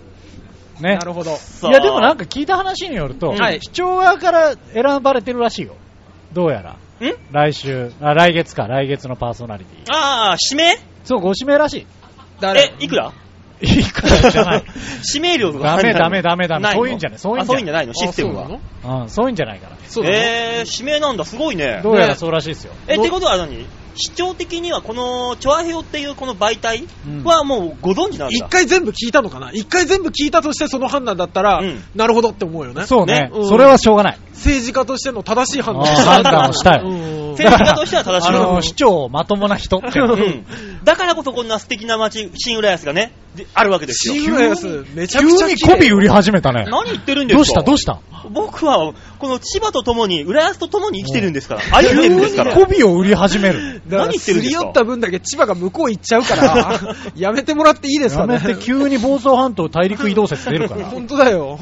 Speaker 3: ね
Speaker 2: な。るほど。
Speaker 1: さ
Speaker 3: い
Speaker 1: あ
Speaker 3: や、でもなんか聞いた話によると、
Speaker 1: はい
Speaker 3: 市長側から選ばれてるらしいよ。どうやら。
Speaker 1: ん
Speaker 3: 来週、あ、来月か、来月のパーソナリティ。
Speaker 1: ああ、指名
Speaker 3: そう、ご指名らし
Speaker 2: 誰
Speaker 1: え、いくら
Speaker 3: い。いいからじゃない。
Speaker 1: 指名料とか
Speaker 3: ダメダメ
Speaker 1: ダ
Speaker 3: ダメダメ。そういうんじゃない。そういうんじ
Speaker 1: そう
Speaker 3: ゃ
Speaker 1: いうんじ
Speaker 3: な
Speaker 1: ゃ
Speaker 3: い。
Speaker 1: ないのシステム
Speaker 2: あ
Speaker 1: は。
Speaker 3: うん、そういうんじゃないから。
Speaker 2: そうなの
Speaker 1: えー、指名なんだ、すごいね。
Speaker 3: どうやらそうらしいですよ。
Speaker 1: え、っ
Speaker 2: ど
Speaker 1: てことは何市長的にはこの、チョアヘオっていうこの媒体
Speaker 3: うん
Speaker 1: はもうご存知なん
Speaker 2: 一
Speaker 1: だ。
Speaker 2: 回全部聞いたのかな一回全部聞いたとしてその判断だったら、
Speaker 1: うん
Speaker 2: なるほどって思うよね。
Speaker 3: そうね
Speaker 1: ね
Speaker 2: うん
Speaker 3: それはしょうがない。
Speaker 2: 政治家としての正しい判断
Speaker 3: あー判断をしたい
Speaker 2: うん
Speaker 1: 政治家としては正しい
Speaker 3: あ の、市長、まともな人って。
Speaker 1: うんだからこそこんな素敵な街、新浦安がね、であるわけですよ。
Speaker 2: シングルやつ、めちゃ
Speaker 3: 急
Speaker 2: くちゃ
Speaker 3: に媚び売り始めたね。
Speaker 1: 何言ってるんですか
Speaker 3: どうしたどうした
Speaker 1: 僕は、この千葉と共に、浦安と共に生きてるんですから。歩んでるんですから。
Speaker 3: 媚びを売り始める。
Speaker 1: 何言ってるんで
Speaker 2: すり
Speaker 1: すか
Speaker 2: 寄った分だけ千葉が向こう行っちゃ うから、やめてもらっていいですか
Speaker 3: や
Speaker 2: ね
Speaker 3: め。て急に房総半島大陸移動説出るから。
Speaker 2: 本当だよ。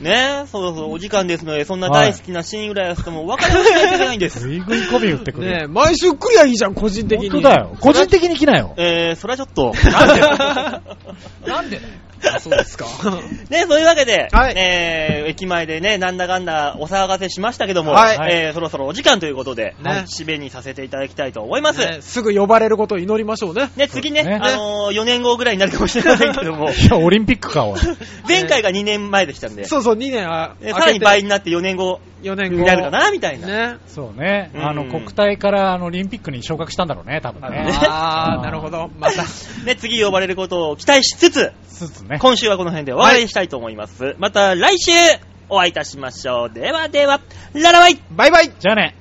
Speaker 1: ねえ、そうそう、お時間ですので、そんな大好きな新浦安ともお別れをしないといけないんです。
Speaker 3: ぐいぐい媚び売ってくる。
Speaker 2: ねえ、毎週来りゃいいじゃん、個人的に。
Speaker 3: 本当だ。よ。個人的に来なよ。
Speaker 1: えー、それはちょっと。
Speaker 2: なんであそうで すか。
Speaker 1: ね、そういうわけで、
Speaker 2: はい
Speaker 1: えー、駅前でね、なんだかんだお騒がせしましたけども、
Speaker 2: はい
Speaker 1: えー、そろそろお時間ということで、
Speaker 2: ね
Speaker 1: 締めにさせていただきたいと思います。
Speaker 2: ね
Speaker 1: ね、
Speaker 2: すぐ呼ばれることを祈りましょうね。
Speaker 1: 次ね、
Speaker 3: ね
Speaker 1: あのー、4年後ぐらいになるかもしれませんけども、
Speaker 3: いや、オリンピックか、 おい。
Speaker 1: 前回が2年前でしたんで、
Speaker 2: そうそう、2年あ、
Speaker 1: えーさらに倍
Speaker 2: に
Speaker 1: になって4年後
Speaker 2: 4年後。
Speaker 1: になるかな、みたいな。
Speaker 2: ね。
Speaker 3: そうね。
Speaker 1: うん
Speaker 3: あの、国体から、あの、オリンピックに昇格したんだろうね、多分ね。
Speaker 2: あー、なるほど。また。
Speaker 1: ね、次呼ばれることを期待しつつ、
Speaker 3: スーツね。
Speaker 1: 今週はこの辺でお別れしたいと思います。また来週お会いいたしましょう。ではでは、ララバイ
Speaker 2: バイバイ
Speaker 3: じゃあね。